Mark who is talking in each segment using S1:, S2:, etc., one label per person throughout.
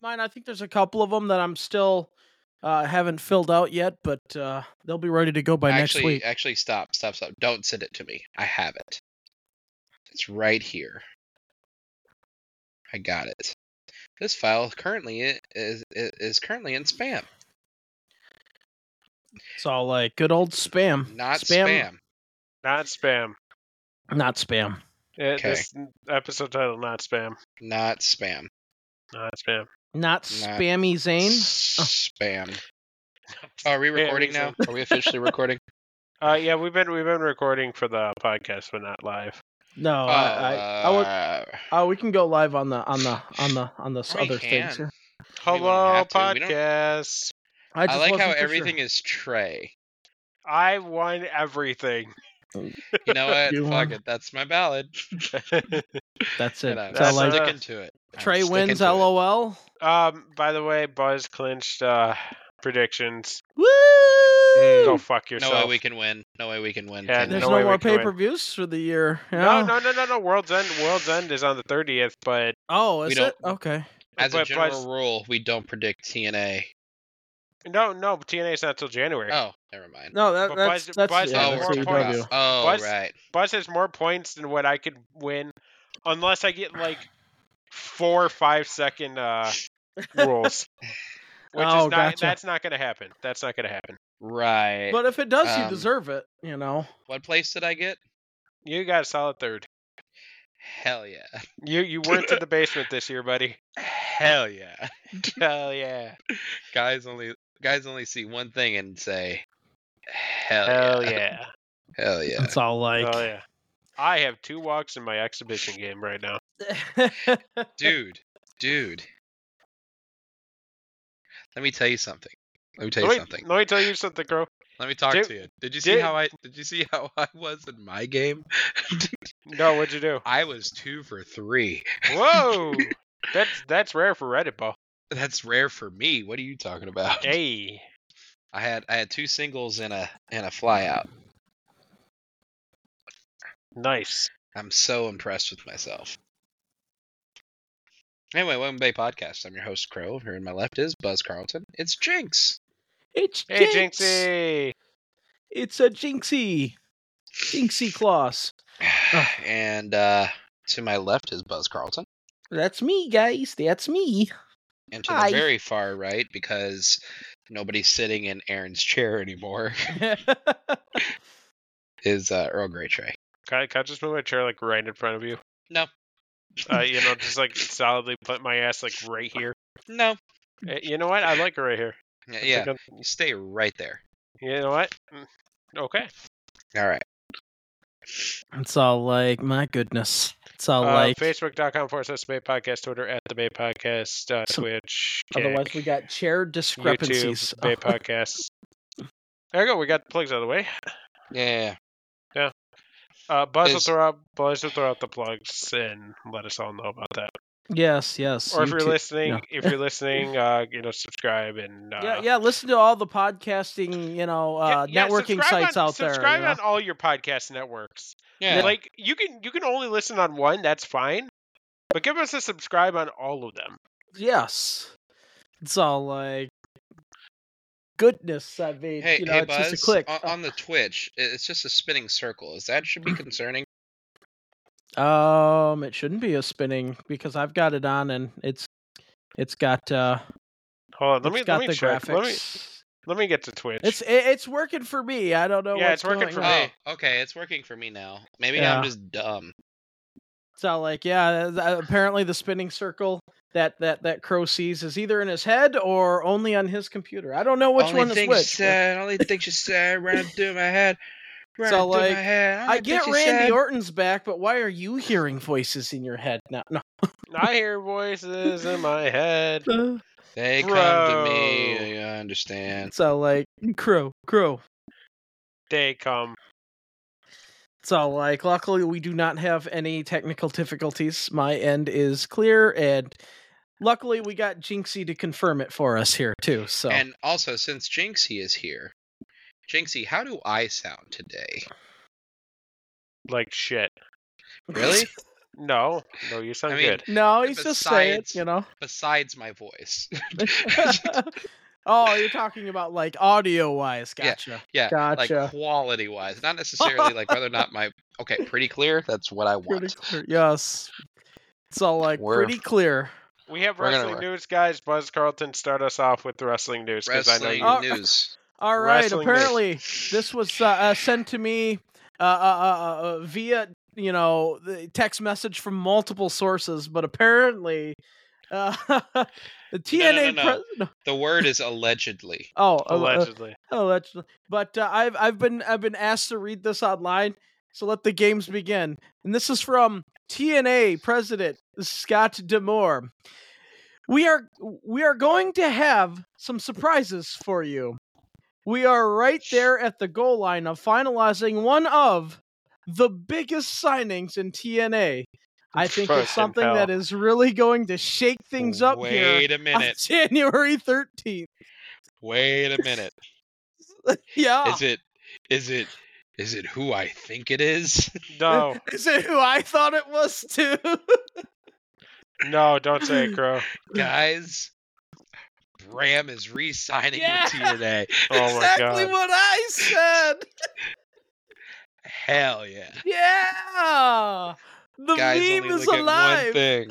S1: Mine, I think there's a couple of them that I'm still uh, haven't filled out yet, but uh, they'll be ready to go by
S2: actually,
S1: next week.
S2: actually, stop, stop, stop! Don't send it to me. I have it. It's right here. I got it. This file currently i- is is, is currently in spam,
S1: It's all like good old spam.
S2: not spam.
S3: Not spam.
S1: Not spam.
S3: Eh,
S2: Okay.
S3: This episode title not spam.
S2: Not spam.
S3: Not spam.
S1: Not spammy Zane.
S2: Spam. Are we
S3: Spam
S2: recording
S3: is
S2: now? Are we officially recording?
S3: Uh, yeah, we've been we've been recording for the podcast, but not live.
S1: No,
S2: Oh,
S1: I, I, I would.
S2: uh,
S1: Oh, we can go live on the on the on the on this
S2: We
S1: other
S2: can.
S1: things here.
S2: We don't
S3: Hello,
S2: have to. We don't-
S3: podcast.
S1: I,
S2: I like how
S1: wasn't for sure.
S2: everything is Trey.
S3: I won everything.
S2: You know what?
S1: You
S2: Fuck
S1: won.
S2: it. That's my ballad.
S1: That's it.
S2: And I'm
S1: So,
S3: That's
S1: like,
S3: it.
S2: sticking to it. I'm
S1: Trey
S2: sticking
S1: wins.
S2: to it.
S1: LOL.
S3: um, by the way, Buzz clinched uh predictions.
S1: Woo!
S3: Go fuck yourself.
S2: No way we can win. No way we can win.
S3: Yeah,
S2: Can
S1: There's
S2: we?
S3: no
S1: no,
S3: way we
S1: more
S3: can win.
S1: pay per views for the year.
S3: No,
S1: Yeah.
S3: no, no, no, no. World's End, World's End is on the thirtieth, but
S1: Oh,
S2: We
S1: is
S2: don't-
S1: it okay?
S2: As a
S3: but
S2: general
S3: Buzz-
S2: rule, we don't predict TNA.
S3: no, no, TNA is not till January.
S2: Oh, never mind.
S1: No, that,
S3: But
S1: that's
S3: Buzz-
S1: that's,
S3: Buzz
S1: yeah,
S2: oh,
S3: has
S1: that's E.
S3: more
S2: we're
S3: points.
S1: AEW.
S2: Oh,
S3: Buzz-
S2: right.
S3: Buzz has more points than what I could win, unless I get like four or five second uh, rules. Which
S1: Oh,
S3: is not
S1: gotcha.
S3: that's not gonna happen. That's not gonna happen.
S2: Right.
S1: But if it does, you
S2: Um,
S1: deserve it. You know.
S2: what place did I get?
S3: You got a solid third.
S2: Hell yeah.
S3: You you weren't in the basement this year, buddy.
S2: Hell yeah.
S3: Hell yeah.
S2: guys only guys only see one thing and say hell,
S3: Hell
S2: yeah.
S3: yeah.
S2: Hell yeah.
S1: It's all like.
S3: Hell yeah. I have two walks in my exhibition game right now.
S2: Dude. Dude. Let me tell you something. Let me tell you
S3: Let me,
S2: something.
S3: let me tell you something, Crow.
S2: Let me talk
S3: Dude,
S2: to you. Did you see
S3: dude.
S2: how I did you see how I was in my game?
S3: No, what'd you do?
S2: I was 2 for 3.
S3: Whoa! that's that's rare for Reddit, ball.
S2: That's rare for me. What are you talking about?
S3: Hey.
S2: I had I had two singles and a and a fly out.
S3: Nice.
S2: I'm so impressed with myself. Anyway, Welcome Bay Podcast. I'm your host, Crow. Here in my left is Buzz Carlton. It's Jinx.
S1: it's
S3: Hey
S1: Jinx.
S3: Jinxie.
S1: It's a Jinxie. Jinxie Claus. Ah.
S2: and uh, to my left is Buzz Carlton.
S1: That's me, guys. That's me.
S2: And to
S1: Hi.
S2: the very far right, because nobody's sitting in Aaron's chair anymore, is uh, Earl Grey Trey.
S3: Can I, can I just move my chair like right in front of you?
S2: No.
S3: Uh, you know, just like solidly put my ass like right here.
S2: No.
S3: Eh, You know what? I like it right here.
S2: Yeah.
S3: I
S2: yeah.
S3: think
S2: You stay right there.
S3: I'm- You know what? Mm, Okay.
S2: All right.
S1: it's all like my goodness. It's all
S3: uh,
S1: like.
S3: Facebook.com forward slash Bay Podcast, Twitter at the Bay Podcast, uh,
S1: Some-
S3: Twitch,
S1: Otherwise,
S3: Kick,
S1: we got chair discrepancies. Oh,
S3: YouTube, Bay Podcast. There you go. We got the plugs out of the way.
S2: Yeah.
S3: Uh, Buzz will
S2: Is-
S3: throw out Buzz will throw out the plugs and let us all know about that.
S1: yes, yes.
S3: Or if you're
S1: YouTube.
S3: listening,
S1: No.
S3: if you're listening, uh, you know, subscribe and uh,
S1: yeah, yeah. Listen to all the podcasting, you know, uh,
S3: Yeah, yeah,
S1: networking
S3: subscribe
S1: sites
S3: on-
S1: out there.
S3: Subscribe
S1: you know?
S3: on all your podcast networks.
S2: Yeah.
S3: Like you can you can only listen on one, that's fine. But give us a subscribe on all of them.
S1: Yes. It's all like goodness. I mean,
S2: Hey,
S1: you know,
S2: hey,
S1: it's
S2: Buzz, uh,
S1: just a click.
S2: On, on the Twitch, i- it's just a spinning circle. Is that should be concerning? uh
S1: um, it shouldn't be a spinning because I've got it on and it's it's got uh,
S3: Hold on, let
S1: it's
S3: me
S1: got
S3: let
S1: the
S3: me check.
S1: graphics.
S3: Let me let me get to Twitch.
S1: It's it, it's working for me. I don't know.
S3: Yeah,
S1: what's
S3: it's working
S1: going
S3: for
S1: on.
S3: me.
S2: Oh, okay, it's working for me now. Maybe
S1: Yeah.
S2: I'm just dumb.
S1: So like, yeah, th- uh, apparently the spinning circle that that that crow sees is either in his head or only on his computer. I don't know which
S2: only
S1: one is
S2: thing
S1: which.
S2: She said, only thing she said, running through my head. Running
S1: So,
S2: through
S1: like,
S2: my head.
S1: I
S2: only thing
S1: get
S2: she
S1: Randy
S2: said.
S1: Orton's back, but why are you hearing voices in your head now? No.
S3: I hear voices in my head.
S2: They come to
S3: Bro.
S2: me. You understand?
S1: It's all like crow, crow.
S3: They come.
S1: It's all like luckily we do not have any technical difficulties. My end is clear and luckily we got Jinxie to confirm it for us here too. So
S2: And also, since Jinxie is here, Jinxie, how do I sound today?
S3: Like shit.
S2: Really?
S3: No, no, you sound
S2: I mean-
S3: good.
S1: No, he's just saying,
S2: Besides-
S1: you know.
S2: Besides my voice.
S1: oh, you're talking about like audio wise.
S2: Yeah,
S1: Gotcha.
S2: yeah,
S1: Gotcha.
S2: Like quality wise, not necessarily like whether or not my okay, pretty clear. That's what I want.
S1: Pretty clear. Yes. It's all like
S2: We're-
S1: pretty clear.
S3: We have
S2: We're gonna
S3: wrestling
S2: work.
S3: news, guys. Buzz Carlton, start us off with wrestling news because I know
S2: Wrestling
S3: you.
S1: Oh.
S2: news.
S1: All right.
S3: Wrestling news.
S1: apparently, this was uh, uh, sent to me uh, uh, uh, uh, via you know the text message from multiple sources, but apparently. Uh, the TNA
S2: no,
S1: pres- no.
S2: The word is allegedly.
S1: oh uh, uh,
S3: Allegedly,
S1: Allegedly, but uh, I've I've been I've been asked to read this online. So let the games begin. And this is from TNA president Scott Demore. We are we are going to have some surprises for you. We are right there at the goal line of finalizing one of the biggest signings in TNA. I think
S3: Fucking
S1: it's something
S3: hell.
S1: that is really going to shake things up
S2: Wait
S1: here
S2: a
S1: on
S2: minute.
S1: January 13th.
S2: Wait a minute.
S1: yeah.
S2: Is it? Is it? Is it who I think it is?
S3: no,
S2: Oh.
S1: Is it who I thought it was too?
S3: no, don't say it, Crow.
S2: Guys, Bram is re-signing
S1: Yeah.
S2: with TNA.
S3: Oh my
S1: exactly
S3: god,
S1: what I said.
S2: Hell yeah.
S1: Yeah. The
S2: Guys only
S1: meme is
S2: look at one
S1: alive.
S2: thing.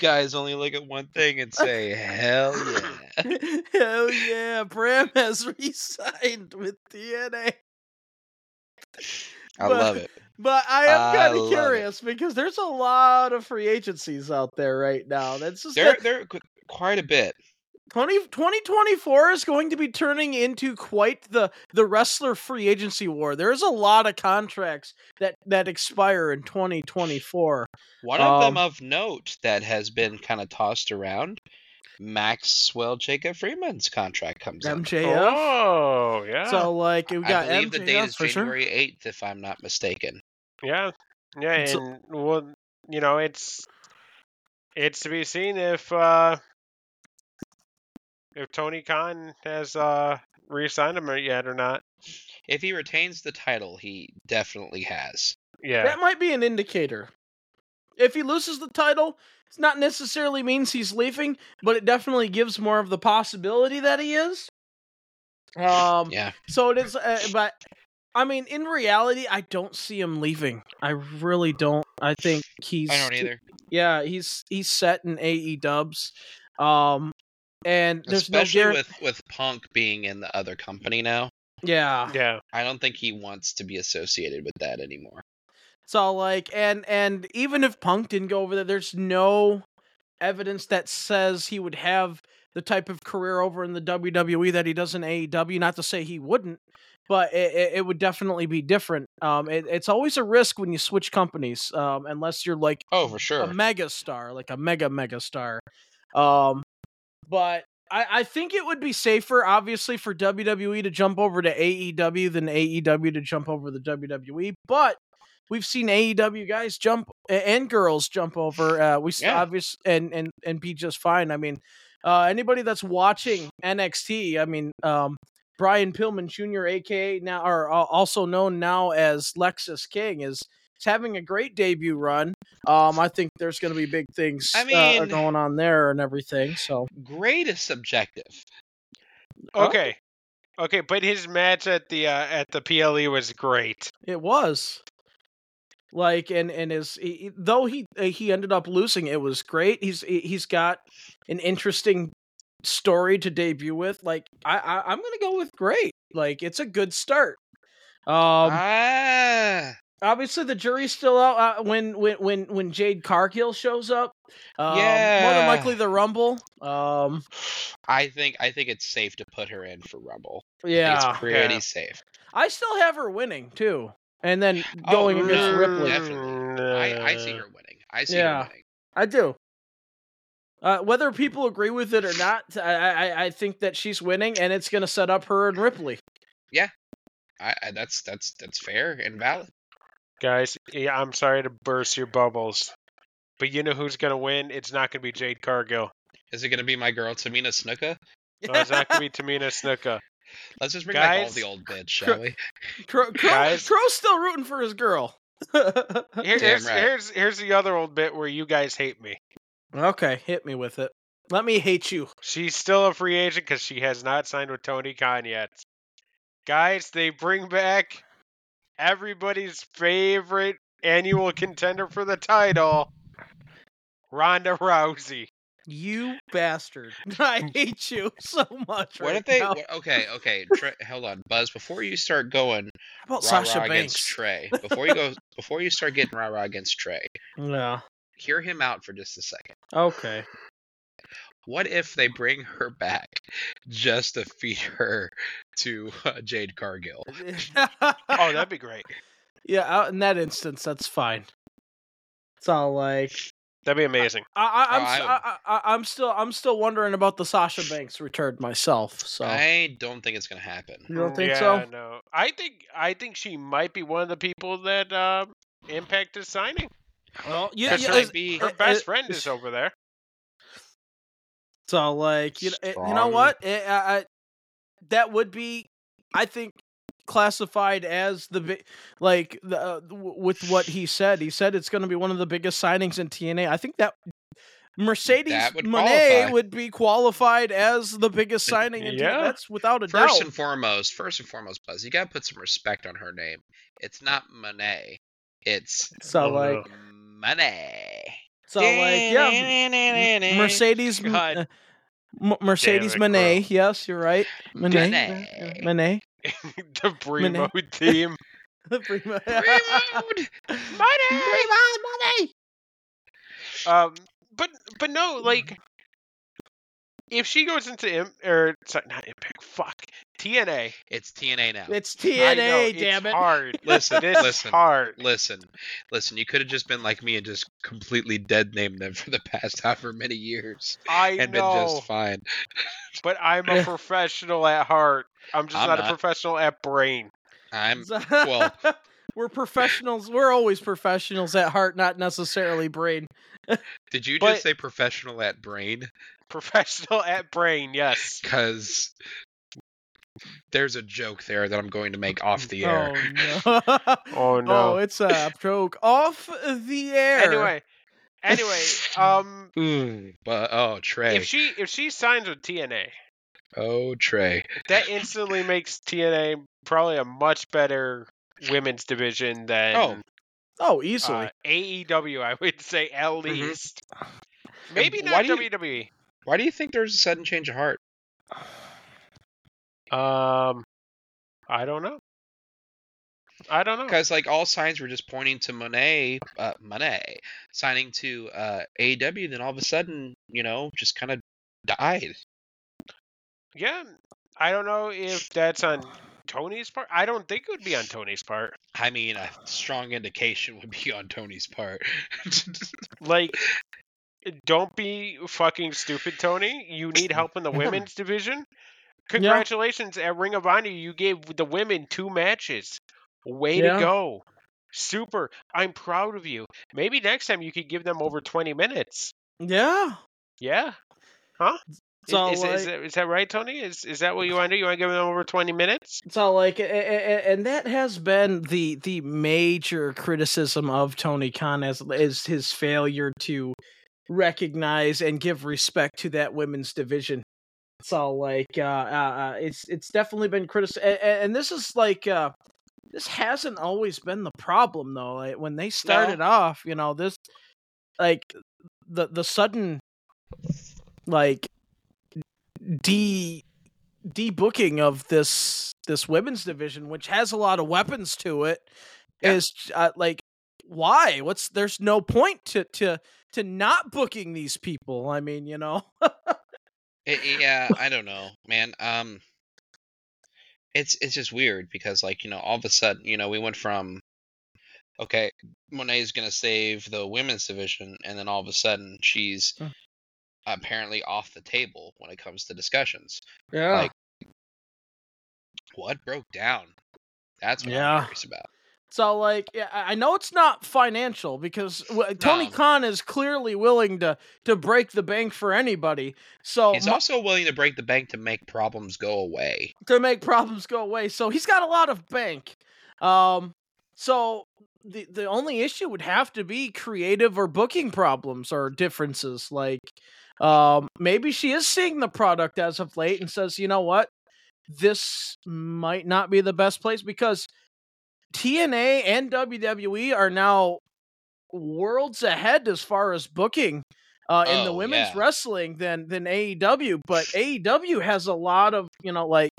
S2: Guys only look at one thing and say, hell yeah.
S1: Hell yeah. Bram has re signed with DNA.
S2: I
S1: But-
S2: love it.
S1: But I am
S2: I
S1: kind
S2: love
S1: of
S2: it.
S1: curious because there's a lot of free agencies out there right now. That's just
S2: There, there are qu- quite a bit.
S1: 20, 2024 is going to be turning into quite the the wrestler free agency war. There's a lot of contracts that that expire in 2024.
S2: One of them
S1: Um,
S2: of note that has been kind of tossed around. Maxwell Jacob Freeman's contract comes up.
S1: MJF.
S3: Oh yeah,
S1: So like we got
S2: I believe the date
S1: MJF
S2: is
S1: for sure.
S2: January 8th, if I'm not mistaken.
S3: yeah, yeah,
S1: And
S3: and
S1: so-
S3: well, you know, it's it's to be seen if uh if Tony Khan has uh re-signed him yet or not.
S2: If he retains the title, he definitely has.
S3: Yeah,
S1: That might be an indicator. If he loses the title, it's not necessarily means he's leaving, but it definitely gives more of the possibility that he is. Um.
S2: Yeah.
S1: So it is, uh, but I mean, in reality, I don't see him leaving. I really don't. I think he's.
S2: I don't either.
S1: Yeah, he's he's set in AE Dubs, um, and there's
S2: Especially
S1: no guar-
S2: with, with Punk being in the other company now.
S1: yeah.
S3: yeah,
S2: I don't think he wants to be associated with that anymore.
S1: So like and and even if Punk didn't go over there, there's no evidence that says he would have the type of career over in the WWE that he does in AEW. Not to say he wouldn't, but it, it, it would definitely be different. Um, it, it's always a risk when you switch companies, um, unless you're like
S2: Oh, for sure.
S1: Um, a mega star, like a mega mega star. Um, but I, I think it would be safer, obviously, for WWE to jump over to AEW than AEW to jump over the WWE. But we've seen AEW guys jump a- and girls jump over. Uh, we
S2: Yeah.
S1: obvious and and and be just fine. I mean, uh, anybody that's watching NXT, I mean, um, Brian Pillman Jr., aka now, or uh, also known now as Lexus King, is is having a great debut run. Um, I think there's going to be big things
S2: I
S1: uh, are
S2: mean-
S1: going on there and everything. So
S2: Great is subjective.
S1: Huh?
S3: okay, okay, but his match at the uh, at the PLE was great.
S1: it was like, and and his he, he- though he uh, he ended up losing, it was great. He's he- he's got an interesting story to debut with. Like I, I I'm going to go with great. Like it's a good start. Um,
S2: ah,
S1: obviously the jury's still out uh, when when when when Jade Cargill shows up. Um, more
S2: Yeah.
S1: than likely the Rumble. Um,
S2: I think I think it's safe to put her in for Rumble. I think
S1: yeah,
S2: it's pretty
S3: Yeah.
S2: safe.
S1: I still have her winning too, and then
S2: Oh,
S1: going against
S2: no.
S1: Ripley.
S2: Yeah. Definitely. I, I
S3: Mm,
S2: see her winning. I see
S1: Yeah.
S2: her winning.
S1: I do. Uh, whether people agree with it or not, I, I I- I think that she's winning, and it's going to set up her and Ripley.
S2: I, I that's that's that's fair and valid.
S3: Guys, yeah, I'm sorry to burst your bubbles, but you know who's gonna win? It's not gonna be Jade Cargill.
S2: Is it gonna be my girl Tamina Snuka?
S3: No, it's not gonna be Tamina Snuka.
S2: Let's just bring back all
S3: Guys.
S2: the old bitch, shall we?
S1: Crow, Crow,
S3: Guys.
S1: Crow's still rooting for his girl.
S3: Here,
S2: Damn
S3: here's,
S2: right.
S3: here's here's the other old bit where you guys hate me.
S1: okay, hit me with it. Let me hate you.
S3: She's still a free agent because she has not signed with Tony Khan yet. Guys, they bring back everybody's favorite annual contender for the title, Ronda Rousey.
S1: You bastard. I hate you so much.
S2: Mm. What
S1: right
S2: if they?
S1: now.
S2: what- okay, okay. Tre- hold on, Buzz. Before you start going
S1: How about
S2: rah
S1: Oh, Sasha
S2: rah against
S1: Banks?
S2: Trey, before you go, before you start getting rah rah against Trey,
S1: yeah.
S2: hear him out for just a second.
S1: Okay.
S2: What if they bring her back just to feed her to uh, Jade Cargill?
S3: Oh,
S2: uh,
S3: that'd be great.
S1: yeah, out in that instance, that's fine. It's all like
S3: That'd be amazing.
S1: I, I, I'm,
S2: Oh,
S1: s-
S2: I-
S1: I, I, am still, I'm still wondering about the Sasha Banks return myself. So
S2: I don't think it's gonna happen.
S1: you don't think
S3: yeah,
S1: so?
S3: No, I think I think she might be one of the people that um, Impact is signing.
S1: Well, yeah,
S3: Could
S1: yeah,
S3: certainly
S1: it's,
S2: be-
S3: Her
S1: it-
S3: best
S1: it-
S3: friend is over there.
S1: it's all like you know, it- you know
S2: Strong.
S1: what? It- I, I, that would be, I think, classified as the big, like the, uh, w- with what he said. He said it's going to be one of the biggest signings in TNA. I think that. Mercedes
S2: That would
S1: Monet
S2: qualify.
S1: would be qualified as the biggest signing in
S3: Yeah.
S1: TNA. That's without a
S2: First
S1: doubt.
S2: and foremost, first and foremost, Buzz, you gotta put some respect on her name. It's not Monet. It's
S1: so
S3: Oh, no.
S1: like,
S2: Monet.
S1: so like, yeah, M- Mercedes M-
S3: God
S1: uh, M- Mercedes
S3: it,
S1: Monet.
S3: bro.
S1: Yes, you're right. Monet.
S2: Monet.
S1: Monet.
S3: the Primo team.
S1: Primo.
S2: Reload!
S3: Money! Um, but but no, like
S1: Mm-hmm.
S3: if she goes into Im- or sorry, not Impact, fuck TNA.
S2: It's TNA now.
S1: It's
S3: I
S1: TNA,
S3: know, it's
S1: damn it.
S3: Hard.
S2: Listen,
S3: This
S2: listen.
S3: hard.
S2: Listen, listen, you could have just been like me and just completely dead named them for the past however many years
S3: I
S2: and
S3: know,
S2: been just fine.
S3: but I'm a
S1: Yeah.
S3: professional at heart. I'm just
S2: I'm
S3: not, a
S2: not.
S3: professional at brain.
S2: I'm well-
S1: we're professionals. We're always professionals at heart, not necessarily brain.
S2: Did you
S3: But-
S2: just say professional at brain?
S3: Professional at brain. Yes.
S2: Cuz there's a joke there that I'm going to make off the air.
S1: Oh no.
S3: Oh
S1: Oh, it's a joke off the air.
S3: Anyway, anyway, um,
S2: Ooh, but oh Trey.
S3: if she if she signs with TNA,
S2: oh Trey.
S3: that instantly makes TNA probably a much better women's division than
S2: Oh.
S1: Oh, easily.
S3: uh, AEW. I would say at least, maybe
S2: why
S3: not
S2: Mm-hmm.
S3: E.
S2: do you-
S3: WWE.
S2: Why do you think there's a sudden change of heart?
S3: uh, Um, I don't know. I don't know.
S2: Because like all signs were just pointing to Monet, uh, Monet signing to uh, AEW. Then all of a sudden, you know, just kind of died.
S3: Yeah, I don't know if that's on Tony's part. I don't think it would be on Tony's part.
S2: I mean, a strong indication would be on Tony's part.
S3: Like. Don't be fucking stupid, Tony. You need help in the women's division. Congratulations at Ring of Honor. You gave the women two matches. Way
S1: Yeah.
S3: to go. Super. I'm proud of you. Maybe next time you could give them over 20 minutes.
S1: yeah.
S3: Yeah. Huh?
S1: It's all
S3: is, is, is
S1: like-
S3: that- is that right, Tony? Is is that what you want to do? You want to give them over 20 minutes?
S1: It's all like, a- a- a- and that has been the the major criticism of Tony Khan as is his failure to recognize and give respect to that women's division. It's all like, uh, uh, uh, it's it's definitely been criticism, and this is like, uh, this hasn't always been the problem though. Like when they started off, you know, this like the the sudden like de debooking of this this women's division which has a lot of weapons to it,
S2: Yeah.
S1: is uh, like why what's there's no point to to to not booking these people i mean you know
S2: It- yeah, I don't know, man. Um, it's it's just weird because like you know, all of a sudden, you know, we went from okay, Monet's gonna save the women's division, and then all of a sudden she's
S1: Mm.
S2: apparently off the table when it comes to discussions.
S1: yeah
S2: Like, What broke down? That's what
S1: Yeah.
S2: I'm curious about.
S1: so like yeah, i I know it's not financial because w- tony
S2: No.
S1: khan is clearly willing to to break the bank for anybody so
S2: He's
S1: Oh, my-
S2: also willing to break the bank to make problems go away.
S1: to make problems go away. So he's got a lot of bank. Um, so the the only issue would have to be creative or booking problems or differences. Like, um, maybe she is seeing the product as of late and says, you know what, this might not be the best place because TNA and WWE are now worlds ahead as far as booking uh, in the
S2: Oh,
S1: women's
S2: yeah.
S1: wrestling than than AEW. But AEW has a lot of you know like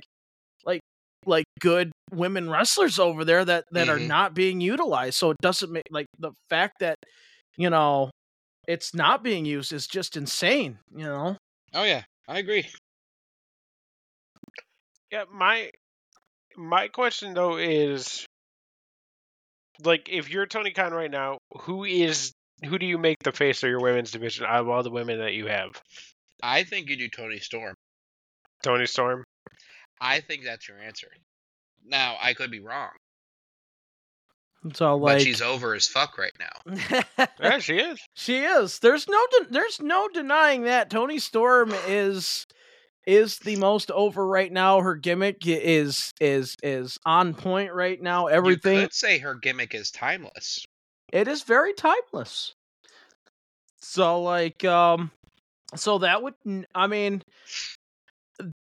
S1: like like good women wrestlers over there that that are
S2: Mhm.
S1: not being utilized. So it doesn't make like the fact that you know it's not being used is just insane. You know.
S2: Oh yeah, I agree.
S3: Yeah, my my question though is like if you're Tony Khan right now, who is who do you make the face of your women's division out of all the women that you have?
S2: I think you do Tony Storm.
S3: Tony Storm?
S2: I think that's your answer. Now I could be wrong,
S1: So
S2: but
S1: like
S2: she's over as fuck right now.
S3: Yeah, she is.
S1: She is. There's no de- there's no denying that Tony Storm is is the most over right now. Her gimmick i- is is is on point right now.
S2: You
S1: Everything
S2: could say her gimmick is timeless.
S1: it is very timeless. So like um so that would n- I mean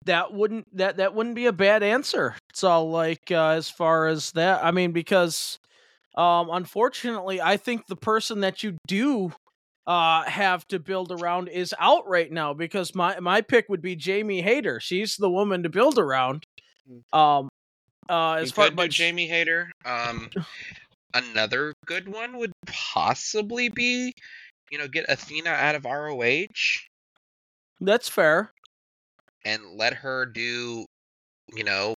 S1: that wouldn't that that wouldn't be a bad answer. So like uh, as far as that I mean because um unfortunately I think the person that you do uh have to build around is out right now because my my pick would be Jamie Hayter. She's the woman to build around. Um uh as
S2: Mm. you
S1: far
S2: could do
S1: but Oh. she-
S2: Jamie Hader. Um, another good one would possibly be, you know, get Athena out of ROH
S1: that's fair.
S2: and let her do, you know,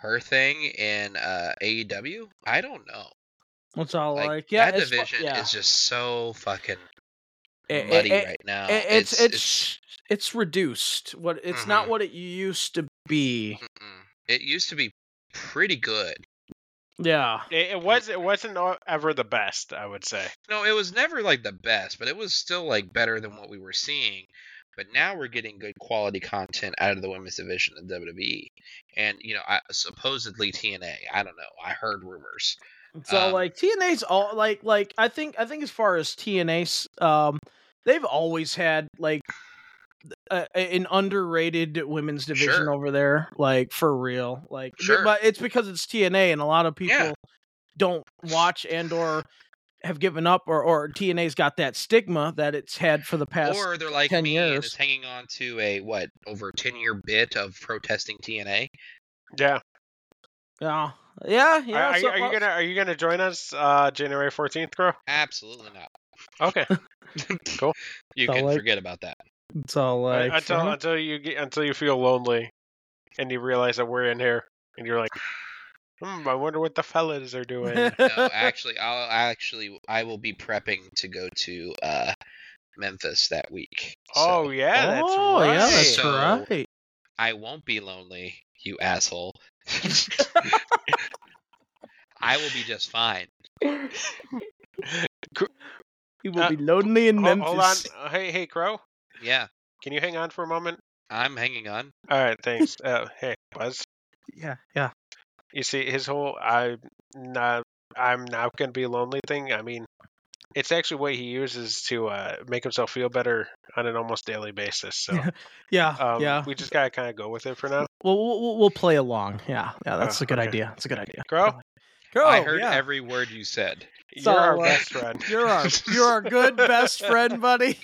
S2: her thing in uh, AEW. I don't know.
S1: That's all like,
S2: Like,
S1: yeah,
S2: that
S1: as fa-
S2: division
S1: yeah.
S2: is just so fucking
S1: It- it-
S2: muddy
S1: it-
S2: right now.
S1: it, it's, it's it's reduced. What it's not
S2: Mhm.
S1: what it used to be.
S2: mm-mm. it used to be pretty good.
S1: Yeah,
S3: It, it was it wasn't o- ever the best, I would say.
S2: No, it was never like the best, but it was still like better than what we were seeing. But now we're getting good quality content out of the women's division in WWE, and you know, I, supposedly TNA. I don't know. I heard rumors.
S1: so
S2: Um,
S1: like TNA's all like like I think I think as far as TNA, 's, um, they've always had like th- a, a- an underrated women's division
S2: Sure.
S1: over there, like for real, like b-
S2: Sure.
S1: but it's because it's TNA and a lot of people
S2: Yeah.
S1: don't watch and or have given up or or TNA's got that stigma that it's had for the past.
S2: or they're like
S1: 10
S2: me and
S1: years.
S2: is hanging on to a what over ten year bit of protesting TNA.
S3: Yeah.
S1: yeah, yeah,
S3: Are-
S1: yeah.
S3: are, you-
S1: so- uh,
S3: are you gonna are you gonna join us uh January fourteenth, bro?
S2: Absolutely not.
S3: Okay. Cool.
S2: You
S1: So,
S2: can
S1: like-
S2: forget about that.
S1: It's all like
S3: until
S1: uh,
S3: until you get until you feel lonely and you realize that we're in here and you're like hmm, I wonder what the fellas are doing.
S2: No, actually, I'll actually I will be prepping to go to uh, Memphis that week. so-
S3: oh yeah, that's
S1: oh
S3: right.
S1: yeah, that's
S2: So-
S1: right.
S2: I won't be lonely, you asshole. I will be just fine.
S1: He will
S3: Uh,
S1: be lonely in
S3: Ho-
S1: Memphis.
S3: Hold on. Uh, Hey, hey, Crow.
S2: Yeah,
S3: Can you hang on for a moment?
S2: I'm hanging on.
S3: All right, thanks. Uh, hey, Buzz.
S1: Yeah, yeah.
S3: You see, his whole I not I'm not gonna be lonely thing. I mean, it's actually what he uses to uh, make himself feel better on an almost daily basis. So
S1: Yeah,
S3: um,
S1: yeah.
S3: we just gotta kind of go with it for now.
S1: Well, we'll we'll- we'll play along. Yeah, yeah. That's
S3: Oh,
S1: a good
S3: okay.
S1: idea. That's a good idea.
S3: Crow,
S1: Crow,
S2: I heard
S1: Oh, yeah.
S2: every word you said.
S1: So,
S3: you're our
S1: uh,
S3: best friend.
S1: you're our you're our good best friend, buddy.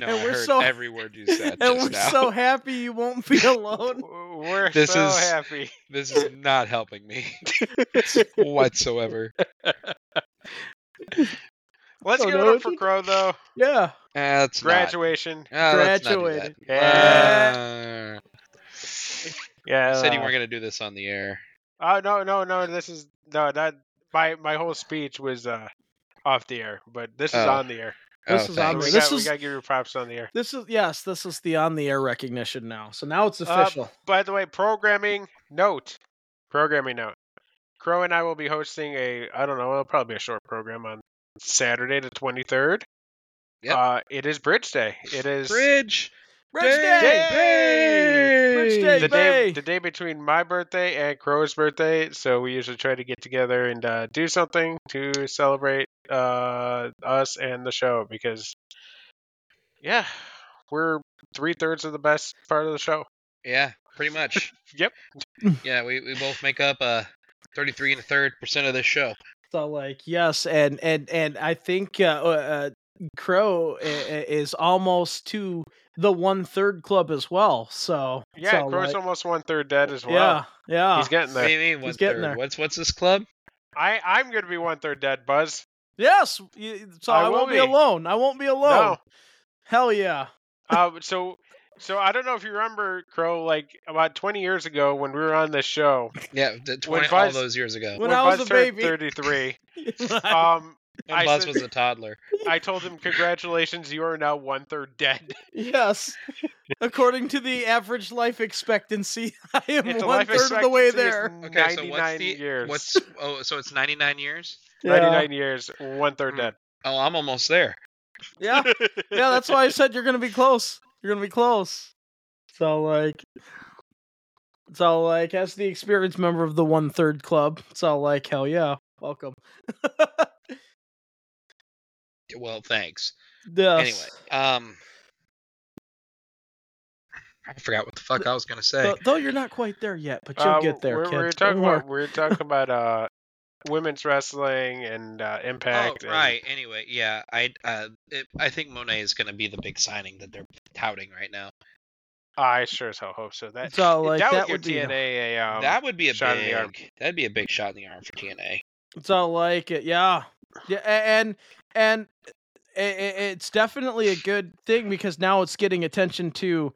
S2: know,
S1: and
S2: I
S1: we're
S2: heard
S1: so
S2: every word you said.
S1: and
S2: just
S1: we're
S2: now.
S1: so happy you won't be alone.
S3: We're
S2: This
S3: so
S2: is-
S3: happy.
S2: This is not helping me whatsoever.
S3: Let's
S1: Oh,
S3: give it
S1: no,
S3: up for
S1: did-
S3: Crow though.
S1: Yeah,
S2: Uh, it's not.
S3: Graduation.
S2: Uh, let's not do
S1: graduated.
S2: that.
S3: Yeah.
S2: Uh,
S3: Yeah.
S2: said you
S1: Uh,
S2: weren't Uh, gonna do this on the air.
S3: Oh no no no! This is no that my my whole speech was uh off the air, but this is
S2: Oh.
S3: on the air.
S1: This is
S2: oh,
S1: on
S3: So
S1: the-
S2: thanks.
S3: we
S1: this
S3: got we
S1: is-
S3: got to give you props on the air.
S1: this is yes, this is the on the air recognition now. So now it's
S3: Uh,
S1: official.
S3: By the way, programming note, programming note. Crow and I will be hosting a I don't know it'll probably be a short program on Saturday the twenty third.
S2: Yep.
S3: Uh, it is Bridge Day. It is
S2: Bridge.
S1: Rich
S2: Day!
S1: Day!
S2: Yay!
S1: Rich Day!
S3: the day
S1: Bay.
S3: the day between my birthday and Crow's birthday, so we usually try to get together and uh, do something to celebrate uh, us and the show because, yeah, we're three thirds of the best part of the show.
S2: Yeah, pretty much.
S3: Yep.
S2: Yeah, we, we both make up uh, 33 and a third percent of this show.
S1: So like yes, and and and I think uh, uh, Crow i- i- is almost to the one third club as well. So
S3: Yeah,
S1: so,
S3: Crow's
S1: like,
S3: almost one third dead as
S1: yeah,
S3: well.
S1: yeah.
S3: He's getting
S2: What do
S3: there.
S2: you mean one
S1: getting
S2: third?
S1: there.
S2: What's what's this club?
S3: I I'm gonna be one third dead, Buzz.
S1: yes, y- so
S3: I
S1: I,
S3: will
S1: won't be.
S3: be.
S1: alone. I won't be alone.
S3: No.
S1: Hell yeah.
S3: uh, so so I don't know if you remember Crow like about 20 years ago when we were on this show
S2: Yeah, the 20, all
S3: Buzz-
S2: those years ago.
S1: When I was
S3: Buzz
S1: a
S3: turned
S1: baby.
S3: 33.
S1: Right.
S3: Um,
S2: When
S3: I
S2: Buzz
S3: said-
S2: was a toddler.
S3: I told him, "Congratulations, you are now one third dead."
S1: yes. According to the average life expectancy, I am
S3: If the
S1: one
S3: life
S1: third of the way
S3: expectancy is
S1: there.
S2: Okay, so what's
S3: 99
S2: the
S3: years.
S2: what's oh so it's 99 years?
S1: Yeah.
S3: 99 years, one third
S2: Hmm.
S3: dead.
S2: Oh, I'm almost there.
S1: yeah. Yeah, that's why I said you're gonna be close. You're gonna be close. So like, so like, as the experienced member of the one third club, it's all like, hell yeah, welcome.
S2: Well, thanks.
S1: Yes.
S2: Anyway, um I forgot what the fuck I was going to say.
S1: Though, though you're not quite there yet, but you'll
S3: Uh,
S1: get there,
S3: we're,
S1: kid.
S3: We're talking about we're talking about uh, women's wrestling and uh,
S2: Oh
S3: Impact. and-
S2: right. Anyway, yeah, I uh, it, I think Monet is going to be the big signing that they're touting right now.
S3: I sure as hell hope so. That
S1: So like
S3: that,
S1: that
S3: would
S1: would be
S3: give TNA a um,
S2: that would be a
S3: shot in the arm.
S2: big that'd be a big shot in the arm for TNA.
S1: So like it, yeah, yeah, a- and and i- i it's definitely a good thing because now it's getting attention to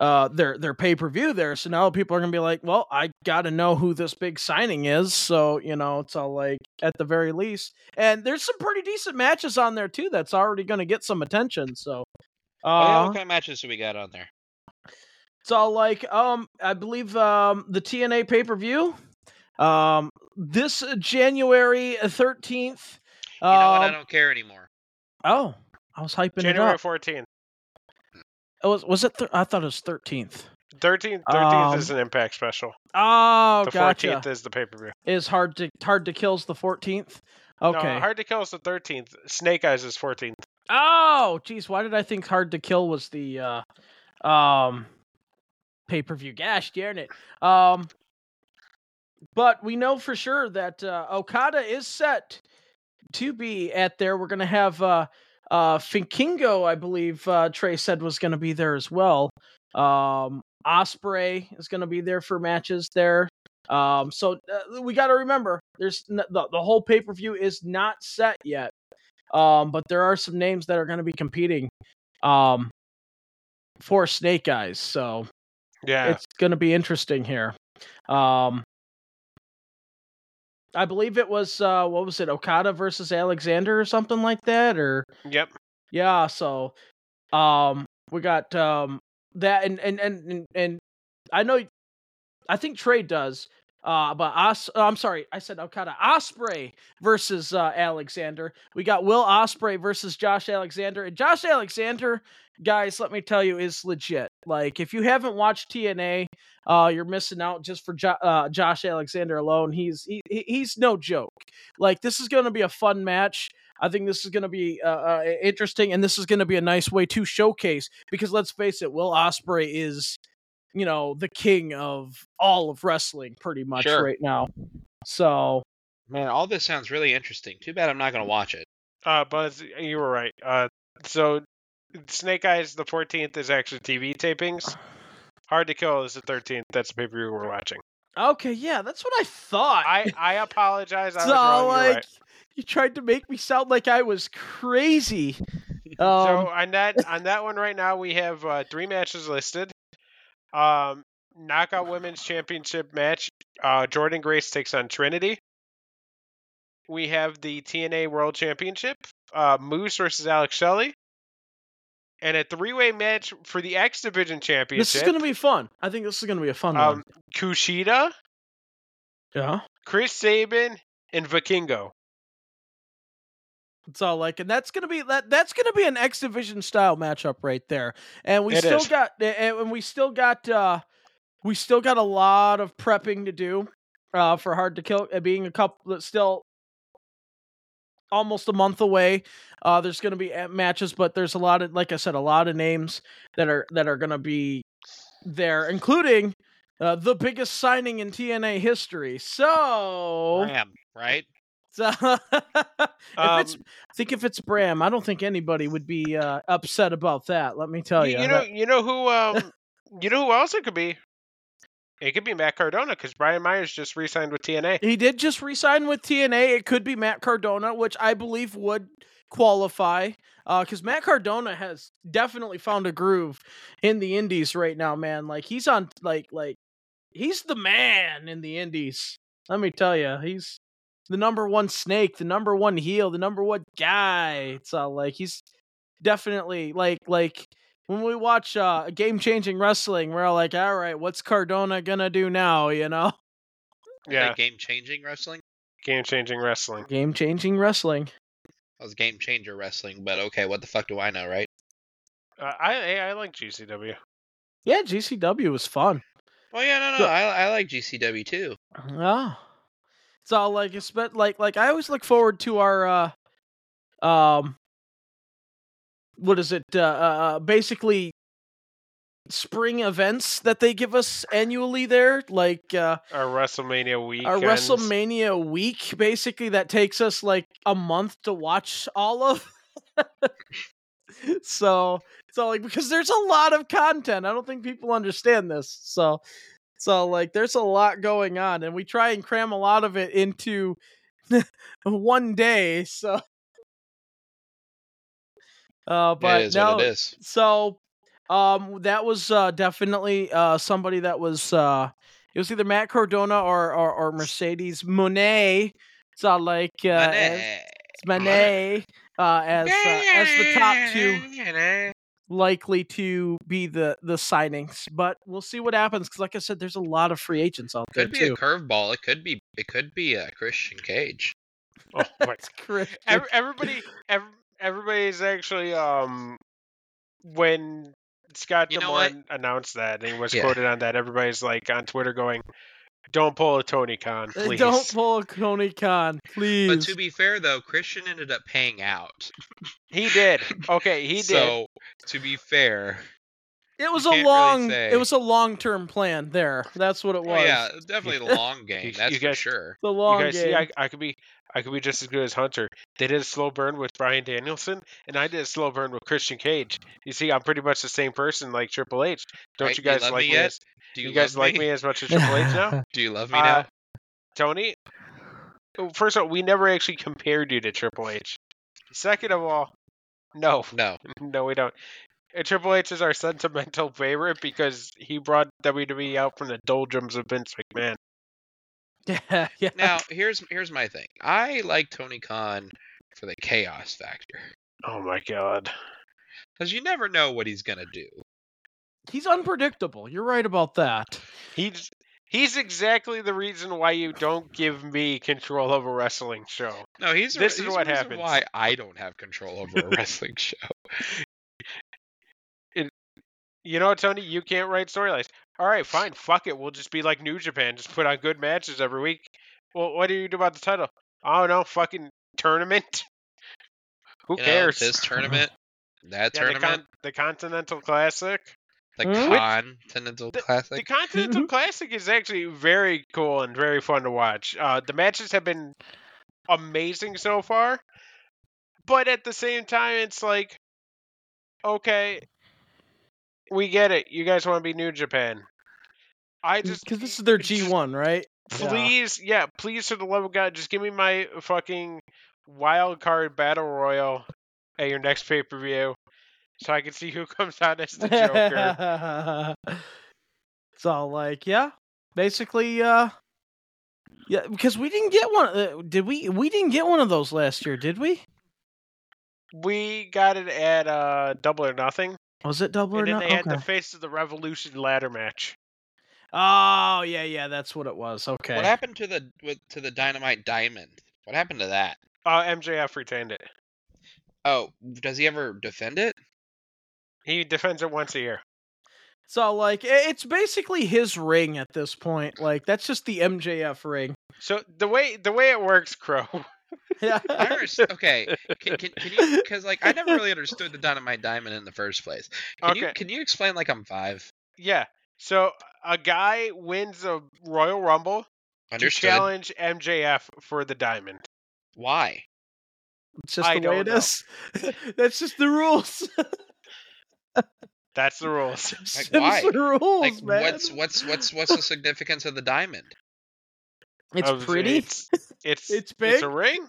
S1: uh their their pay per view there. So now people are gonna be like, well, I gotta know who this big signing is. So you know, it's all like at the very least, and there's some pretty decent matches on there too. That's already gonna get some attention. So.
S2: oh, yeah,
S1: Uh,
S2: what kind of matches do we got on there?
S1: so like um I believe um the TNA pay-per-view um this January 13th
S2: You know what? I
S1: um,
S2: don't care anymore.
S1: Oh, I was hyping it
S3: January
S1: up.
S3: fourteenth,
S1: It was was it? Th- I thought it was thirteenth.
S3: thirteenth, thirteenth
S1: Um,
S3: is an Impact special.
S1: Oh,
S3: The
S1: gotcha.
S3: fourteenth is the pay per view.
S1: Is hard to hard to kills the fourteenth. Okay.
S3: No, Hard to Kill is the thirteenth. Snake Eyes is fourteenth.
S1: oh, geez, why did I think hard to kill was the uh, um pay per view? Gosh darn it. Um, but we know for sure that uh, Okada is set to be at there. We're gonna have uh uh Finkingo, I believe uh Trey said was gonna be there as well. Um Osprey is gonna be there for matches there. Um so uh, we got to remember there's n- the, the whole pay-per-view is not set yet. Um but there are some names that are going to be competing um for Snake Eyes. So
S3: Yeah.
S1: it's going to be interesting here. Um, I believe it was uh, what was it, Okada versus Alexander or something like that, or
S3: yep.
S1: yeah. So, um, we got um that and and and and, and I know, I think Trey does. Uh, but Os- oh, I'm sorry, I said Okada Osprey versus uh, Alexander. We got Will Osprey versus Josh Alexander, and Josh Alexander, guys, let me tell you, is legit. Like, if you haven't watched TNA, uh, you're missing out just for jo- uh, Josh Alexander alone. He's he, he- he's no joke. Like, this is going to be a fun match. I think this is going to be uh, uh, interesting, and this is going to be a nice way to showcase because let's face it, Will Osprey is, you know, the king of all of wrestling pretty much
S2: Sure.
S1: right now. So
S2: Man, all this sounds really interesting. Too bad I'm not going to watch it.
S3: Uh, Buzz, you were right. Uh, so Snake Eyes the fourteenth is actually TV tapings.
S1: Ah.
S3: Hard to Kill is the thirteenth. That's the pay per view we're watching.
S1: okay, yeah, that's what I thought.
S3: I I apologize. I was
S1: so
S3: wrong. You're
S1: like
S3: right.
S1: you tried to make me sound like I was crazy.
S3: so
S1: Um,
S3: on that on that one right now we have uh, three matches listed. Um, knockout women's championship match. Uh, Jordan Grace takes on Trinity. We have the TNA World Championship. Uh, Moose versus Alex Shelley. And a three-way match for the X Division Championship.
S1: this is gonna be fun. I think this is gonna be a fun one.
S3: um, Kushida,
S1: Yeah.
S3: Chris Sabin, and Vikingo.
S1: That's all like, and that's gonna be that. That's gonna be an X division style matchup right there. And we
S3: It
S1: still
S3: is.
S1: got, and and we still got, uh we still got a lot of prepping to do uh for Hard to Kill uh, being a couple that's still almost a month away. Uh There's gonna be uh, matches, but there's a lot of, like I said, a lot of names that are that are gonna be there, including. Uh, the biggest signing in TNA history. So,
S2: Ram, right?
S1: so if
S3: Um,
S1: it's I think if it's Bram, I don't think anybody would be uh, upset about Oh, that. Let me tell
S3: you,
S1: you.
S3: you know, you know who, um, you know who else it could be. It could be Matt Cardona because Brian Myers just re-signed with TNA.
S1: he did just resign with TNA. It could be Matt Cardona, which I believe would qualify because Matt Cardona has definitely found a groove in the Indies right now, man. Like he's on, like, like he's the man in the Indies. Let me tell you, he's the number one snake, the number one heel, the number one guy. It's all like he's definitely like like when we watch uh game changing wrestling, we're all like, all right, what's Cardona gonna do now? You know,
S3: Yeah,
S2: game changing wrestling.
S3: game-changing wrestling.
S1: game changing wrestling.
S2: That was game changer wrestling, but okay, what the fuck do I know, right?
S3: Uh, I, I I like GCW.
S1: Yeah, GCW was fun.
S2: Well, yeah, no, no,
S1: So-
S2: I, I like GCW too.
S1: Yeah. It's all like it's been, like like I always look forward to our uh um what is it? Uh, uh uh, basically spring events that they give us annually there like uh
S3: Our WrestleMania week.
S1: our WrestleMania week basically that takes us like a month to watch all of. so so like because there's a lot of content. I don't think people understand this. So so like there's a lot going on and we try and cram a lot of it into one day. So uh but
S2: it is
S1: no,
S2: what it is.
S1: so um that was uh definitely uh somebody that was uh it was either Matt Cardona or or, or Mercedes Monet. So like uh as- Monet uh as uh, as the top two likely to be the the signings, but we'll see what happens cuz like I said there's a lot of free agents out there
S2: Could be
S1: too.
S2: a curveball. It could be. It could be a Christian Cage.
S3: Oh my
S1: It's correct.
S3: Ev- everybody, ev- everybody's actually um when Scott
S2: You know
S3: DeMond announced that and he was
S2: Yeah.
S3: quoted on that, everybody's like on Twitter going, "Don't pull a Tony Khan, please."
S1: Uh, Don't pull a Coney Khan, please.
S2: But to be fair, though, Christian ended up paying out.
S3: He did. Okay, he did.
S2: So to be fair,
S1: it was
S2: you
S1: a
S2: can't really
S1: long
S2: say.
S1: it was a long-term plan there. That's what it
S2: well,
S1: was.
S2: Oh, yeah, definitely the long game.
S3: You-
S2: That's
S3: you
S2: for
S3: guys-
S2: sure.
S1: The
S3: you
S1: long
S3: guys
S1: game.
S3: see, I, I could be, I could be just as good as Hunter. They did a slow burn with Brian Danielson, and I did a slow burn with Christian Cage. You see, I'm pretty much the same person, like Triple H. Don't
S2: Right,
S3: you
S2: you
S3: guys
S2: love
S3: like
S2: me
S3: me?
S2: yet?
S3: as,
S2: Do
S3: you guys like me as much as Triple H now?
S2: Do you love me
S3: Uh,
S2: now?
S3: Tony, oh, first of all, we never actually compared you to Triple H. Second of all, no,
S2: No.
S3: no, we don't. Uh, Triple H is our sentimental favorite because he brought WWE out from the doldrums of Vince McMahon.
S1: yeah, yeah.
S2: Now here's here's my thing. I like Tony Khan for the chaos factor
S3: Oh my god.
S2: because you never know what he's gonna do.
S1: He's unpredictable. You're right about that.
S3: He's he's exactly the reason why you don't give me control of a wrestling show.
S2: No, he's the-
S3: This is
S2: he's the
S3: what
S2: reason
S3: happens.
S2: Why I don't have control over a wrestling show.
S3: You know, Tony, you can't write storylines. All right, fine, fuck it. We'll just be like New Japan, just put on good matches every week. Well, what do you do about the title? Oh no, fucking tournament. Who
S2: You know,
S3: cares?
S2: this tournament, that
S3: Yeah, the,
S2: tournament,
S3: con- the Continental Classic.
S2: the,
S1: Hmm?
S2: Continental Classic.
S3: the
S1: mm-hmm.
S3: Continental Classic is actually very cool and very fun to watch. Uh, the matches have been amazing so far, but at the same time, it's like, okay, we get it. You guys want to be New Japan. I just
S1: Because Mm, this is their
S3: just
S1: G1, right? Yeah.
S3: Please, yeah. please, for the love of God, just give me my fucking wild card battle royal at your next pay per view, so I can see who comes out as the Joker.
S1: it's all like, yeah, basically, uh, yeah, because we didn't get one. Uh, did we? We didn't get one of those last year, did we?
S3: we got it at uh, Double or Nothing,
S1: Was it double or
S3: and then
S1: not?
S3: they had
S1: Okay.
S3: the Face of the Revolution ladder match.
S1: Oh yeah, yeah, that's what it was. Okay.
S2: What happened to the with, to the Dynamite Diamond? What happened to that?
S3: Uh, MJF retained it.
S2: Oh, does he ever defend it?
S3: He defends it once a year.
S1: So like i- it's basically his ring at this point. Like that's just the MJF ring.
S3: So the way the way it works, Crow.
S1: Yeah.
S2: I underst- okay, can, can, can you? Because like I never really understood the dynamite diamond in the first place. Can you
S3: Okay.
S2: can you explain like I'm five?
S3: Yeah. So a guy wins a Royal Rumble
S2: Understood.
S3: to challenge MJF for the diamond.
S2: Why?
S1: It's just
S3: I
S1: the way it
S3: don't know.
S1: is. that's just the rules.
S3: That's the rules.
S1: It's
S2: why?
S1: the rules,
S2: Like
S1: man.
S2: what's what's what's what's the significance of the diamond?
S1: It's
S3: Of-
S1: pretty. It's,
S3: It's it's,
S1: It's
S3: it's
S1: big.
S3: a ring.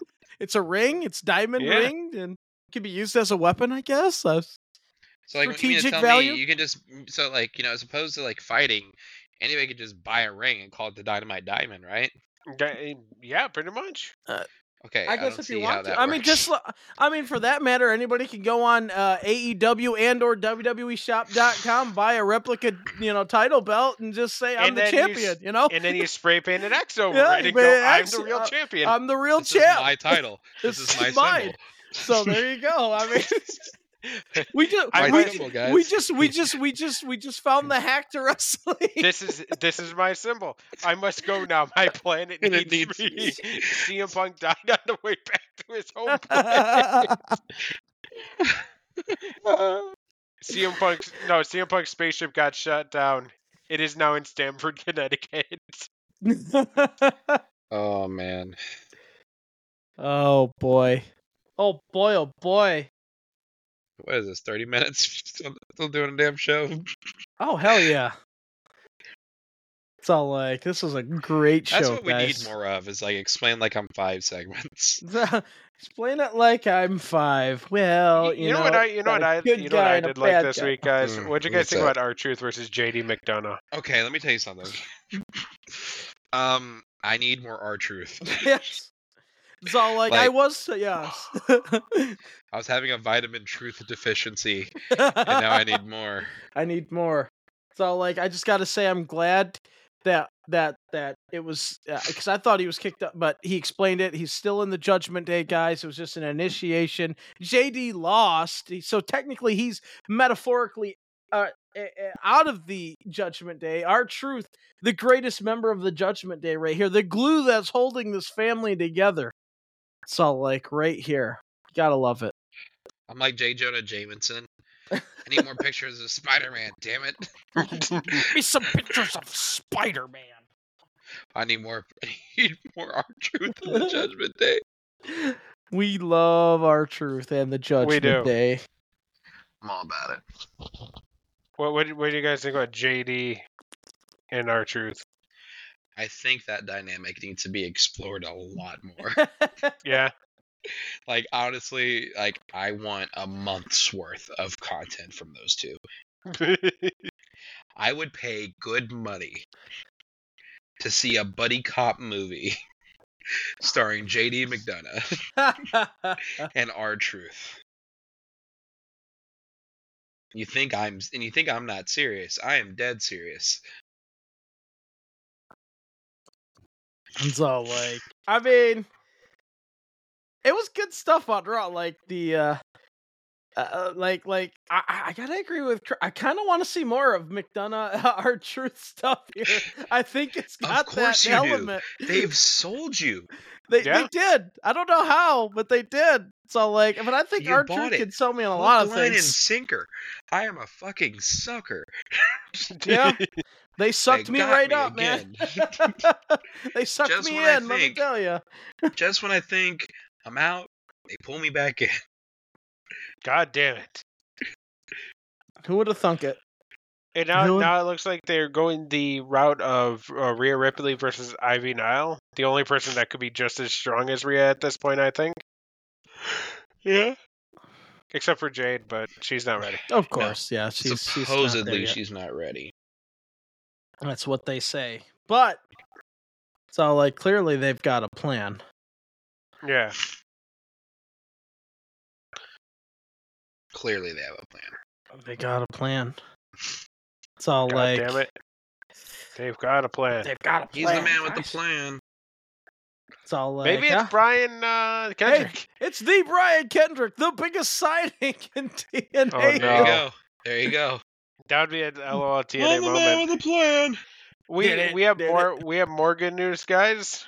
S1: a ring. It's diamond
S3: Yeah.
S1: ringed and can be used as a weapon, I guess. That's-
S2: So like you mean to
S1: Strategic
S2: tell
S1: value?
S2: me you can just so like you know as opposed to like fighting, anybody could just buy a ring and call it the dynamite diamond, right?
S3: Ga- Yeah, pretty much.
S2: Okay,
S1: I guess
S2: don't
S1: if you
S2: see how
S1: want to.
S2: that
S1: I mean,
S2: works.
S1: just. li- I mean, for that matter, anybody can go on uh, AEW and or E WWE Shop.com, buy a replica, you know, title belt, and just say I'm
S3: And
S1: the
S3: then you s-
S1: champion. You, know,
S3: And then you spray paint an X over
S1: Yeah,
S3: it and
S1: but
S3: go,
S1: an
S3: "I'm
S1: X-
S3: the real
S1: uh,
S3: champion."
S1: I'm the real
S2: this
S1: champ.
S2: is my title. This,
S1: This
S2: is my
S1: is mine. so
S2: symbol.
S1: there you go. I mean, we just
S3: I
S2: My
S1: we,
S3: might-
S1: ju-
S2: symbol, guys.
S1: we just we just we just we just found the hack to wrestling.
S3: this is this is my symbol. I must go now. My planet
S2: And
S3: needs,
S2: it
S3: me.
S2: needs me.
S3: CM Punk died on the way back to his home planet.
S1: I Uh,
S3: CM Punk's no CM Punk's spaceship got shut down. It is now in Stamford, Connecticut.
S2: oh man.
S1: oh boy. Oh boy, oh boy.
S2: What is this? Thirty minutes? Still, still doing a damn show?
S1: Oh hell yeah. It's all like this was a great show.
S2: That's what we
S1: guys.
S2: need more of. Is like explain like I'm five segments.
S1: Explain it like I'm five. Well,
S3: you,
S1: Oh, you,
S3: you know, what I you know
S1: got a
S3: what I
S1: good
S3: you know what
S1: guy
S3: I
S1: and a
S3: did like
S1: bad
S3: this
S1: guy.
S3: week, guys.
S2: Mm,
S3: What do you guys
S2: what's
S3: think
S2: that?
S3: about our truth versus JD McDonough?
S2: Okay, let me tell you something. um, I need more R Truth.
S1: Yes. It's all like, I
S2: Like-
S1: was. Yes.
S2: I was having a vitamin truth deficiency, and now I need more.
S1: I need more. So like I just got to say I'm glad that that that it was because I thought he was kicked up, but he explained it. He's still in the Judgment Day, guys. It was just an initiation. JD lost, he- so technically he's metaphorically uh, eh, eh, out of the Judgment Day. Our truth, the greatest member of the Judgment Day, right here, the glue that's holding this family together. It's all like right here. Gotta love it.
S2: I'm like J. Jonah Jameson. I need more pictures of Spider-Man. Damn it!
S1: Give me some pictures of Spider Man.
S2: I need more. I need more R Truth in the Judgment Day.
S1: We love our truth and the judgment
S3: do.
S1: day.
S2: I'm all about it.
S3: What, what what do you guys think about JD and our truth?
S2: I think that dynamic needs to be explored a lot more.
S3: Yeah,
S2: like honestly, like I want a month's worth of content from those two. I would pay good money to see a buddy cop movie starring JD McDonough and R Truth. You think I'm and you think I'm not serious. I am dead serious.
S1: it's all like I mean it was good stuff on Raw, like the uh uh, like, like, I, I I gotta agree with. Cr- I kind of want to see more of McDonough, our truth stuff here. I think it's got
S2: course
S1: that
S2: you do.
S1: element.
S2: They've sold you.
S1: They,
S3: Yeah.
S1: they did. I don't know how, but they did. So like, but I think
S2: You
S1: our
S2: bought
S1: truth
S2: it.
S1: can sell me on a lot of
S2: Hook, line, and
S1: things.
S2: sinker. I am a fucking sucker.
S1: Yeah. They sucked me
S2: got
S1: right
S2: me
S1: up, man. they sucked
S2: Just
S1: me in.
S2: when I
S1: Let me
S2: think-
S1: tell you.
S2: Just when I think I'm out, they pull me back in.
S3: God damn it!
S1: Who would have thunk it?
S3: And now,
S1: Really?
S3: now it looks like they're going the route of uh, Rhea Ripley versus Ivy Nile. The only person that could be just as strong as Rhea at this point, I think. Yeah. Except for Jade, but she's not ready.
S1: Of course, yeah. She's she's not there
S2: Supposedly
S1: yet.
S2: she's not ready.
S1: That's what they say. But so like clearly they've got a plan.
S3: Yeah.
S2: Clearly they have a plan.
S1: They got a plan. So
S3: God
S1: like
S3: damn it. They've got a plan.
S1: they've got a plan.
S2: He's the man with the
S1: guys.
S2: plan.
S1: It's all like,
S3: Maybe
S1: "Ah,
S3: it's Brian uh, Kendrick.
S1: It's the Brian Kendrick, the biggest signing in TNA.
S3: Oh, no.
S2: There you go. There you go.
S3: That would be an
S1: Mm,
S3: LOL TNA moment.
S2: with a plan.
S1: Did
S3: We
S1: it,
S3: we have
S1: did
S3: more we have more good news, guys.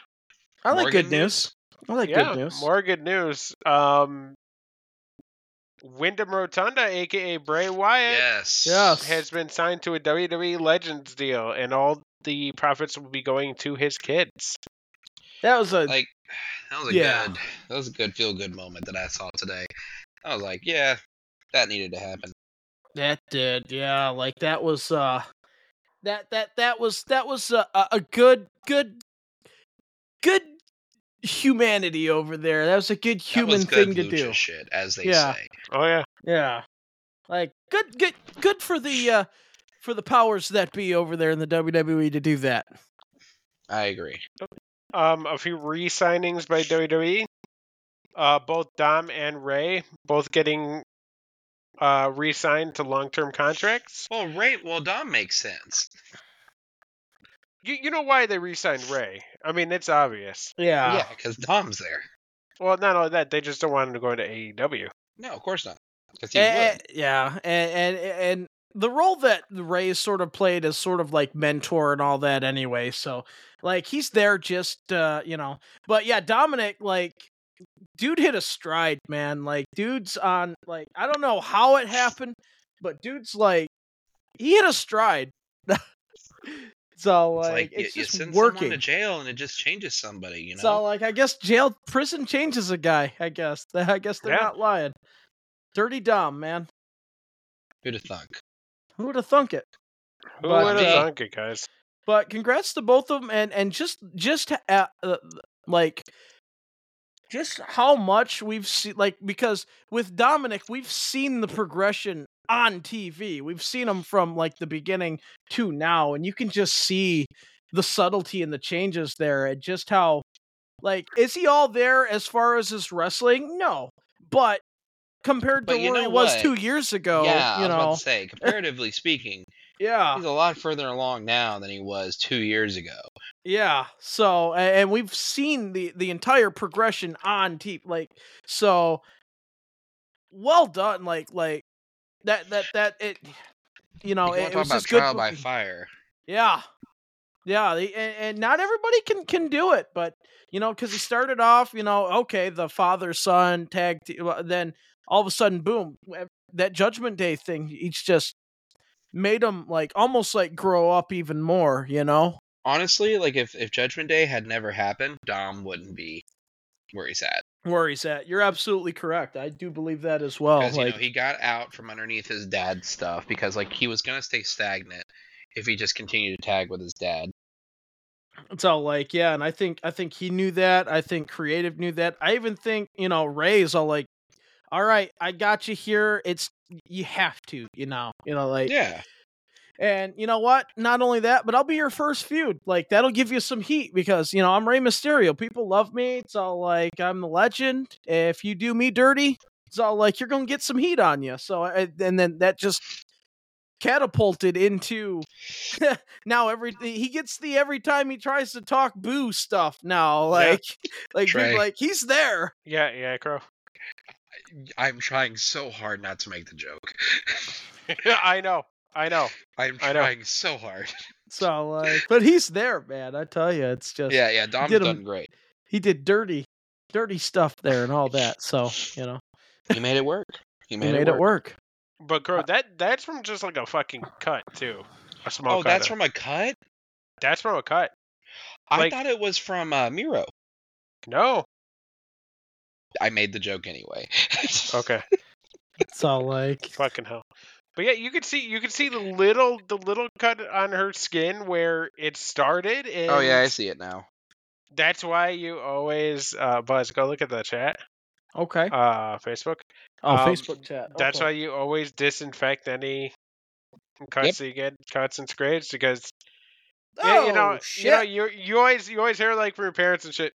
S1: I like good
S2: Morgan
S1: news. I like
S3: yeah,
S1: good news.
S3: more good news. Um, Wyndham Rotunda, aka Bray Wyatt,
S2: Yes.
S1: Yes.
S3: has been signed to a WWE Legends deal, and all the profits will be going to his kids.
S1: that was a
S2: Like that was a
S1: Yeah.
S2: good that was a good feel good moment that I saw today. I was like, yeah, that needed to happen.
S1: That did, yeah. Like that was uh that that that was that was a, a a good good good humanity over there. That was a good
S2: That
S1: human
S2: was good
S1: thing to
S2: lucha
S1: do.
S2: shit, as they
S1: Yeah.
S2: say.
S3: Oh yeah,
S1: Yeah. Like good good good for the uh for the powers that be over there in the WWE to do that.
S2: I agree.
S3: um, a few re-signings by WWE. Uh, both Dom and Ray both getting uh re-signed to long-term contracts.
S2: Well, right. Well, Dom makes sense.
S3: You you know why they re-signed Ray? I mean, it's obvious.
S1: Yeah.
S2: yeah, because Ah, Dom's there.
S3: Well, not only that, they just don't want him to go into E AEW.
S2: No, of course not. 'Cause he
S1: Eh,
S2: would.
S1: eh, yeah, and, and and the role that Ray sort of played is sort of like mentor and all that anyway. So like he's there just uh, you know. But yeah, Dominic like dude hit a stride, man. Like dude's on like I don't know how it happened, but dude's like he hit a stride. so
S2: It's
S1: like,
S2: like, you-
S1: it's
S2: you,
S1: just
S2: send someone
S1: working.
S2: to jail and it just changes somebody. You know.
S1: So like I guess jail prison changes a guy, I guess. I guess they're
S3: Yeah.
S1: not lying. Dirty Dom, man.
S2: Who'd have thunk?
S1: Who would have thunk it?
S3: Who
S1: But,
S3: would have
S2: uh,
S3: thunk it, guys?
S1: but congrats to both of them and and just just uh, uh, like just how much we've seen like because with dominic we've seen the progression on tv we've seen him from like the beginning to now and you can just see the subtlety and the changes there and just how like is he all there as far as his wrestling no but compared to
S2: But you
S1: where
S2: know
S1: he was
S2: what?
S1: two years ago
S2: yeah,
S1: you
S2: I was about
S1: know
S2: to say, comparatively speaking,
S1: yeah
S2: he's a lot further along now than he was two years ago.
S1: Yeah. So, a- and we've seen the the entire progression on TV. Like, so well done. Like, like that that that it. You know,
S2: If
S1: it, it
S2: you want to talk
S1: was
S2: about
S1: just good.
S2: trial
S1: for-
S2: by fire.
S1: yeah. Yeah, the, and, and not everybody can can do it, but you know, because he started off, you know, okay, the father son tag, te- well, then all of a sudden, boom, ev- that Judgment Day thing. It's just made him like almost like grow up even more, you know.
S2: Honestly, like if, if Judgment Day had never happened, Dom wouldn't be where he's at.
S1: where he's at. You're absolutely correct. I do believe that as well.
S2: Because you
S1: Oh, Like,
S2: know, he got out from underneath his dad's stuff because like he was gonna stay stagnant if he just continued to tag with his dad.
S1: it's all like, yeah, and I think I think he knew that. I think creative knew that. I even think you know Ray's all like, all right, I got you here. It's you have to, you know, you know, like,
S2: Yeah.
S1: and you know what? Not only that, but I'll be your first feud. Like that'll give you some heat because you know I'm Rey Mysterio. People love me. It's all like I'm the legend. If you do me dirty, it's all like you're gonna get some heat on you. So I- and then that just catapulted into now every he gets the every time he tries to talk boo stuff now like like people
S2: Trey.
S1: like he's there
S3: Yeah, yeah, Crow.
S2: I'm trying so hard not to make the joke.
S3: I know, I know.
S2: I'm
S3: I know.
S2: trying so hard.
S1: so like but he's there man i tell you it's just
S2: Yeah, yeah, Dom's
S1: Did him-
S2: done great.
S1: he did dirty dirty stuff there and all that so you know
S2: He made it work.
S1: he
S2: He made,
S1: made, it, work.
S3: But
S2: Uh,
S3: Crow, that that's from just like a fucking cut too. A small
S2: Oh,
S3: cut.
S2: that's from a cut?
S3: that's from a cut.
S2: I
S3: Like-
S2: thought it was from uh, Miro.
S3: No.
S2: I made the joke anyway.
S3: Okay.
S1: so like
S3: Fucking hell. But yeah, you could see you could see the little the little cut on her skin where it started. And
S2: Oh yeah, I see it now.
S3: that's why you always uh, Buzz. Go look at the chat,
S1: okay
S3: uh, Facebook.
S1: oh
S3: um,
S1: facebook chat
S3: That's why
S1: okay.
S3: you always disinfect any cuts
S2: Yep.
S3: that you get, cuts and scrapes, because Yeah,
S1: Oh,
S3: you know, you know, you you always you always hear like from your parents and shit.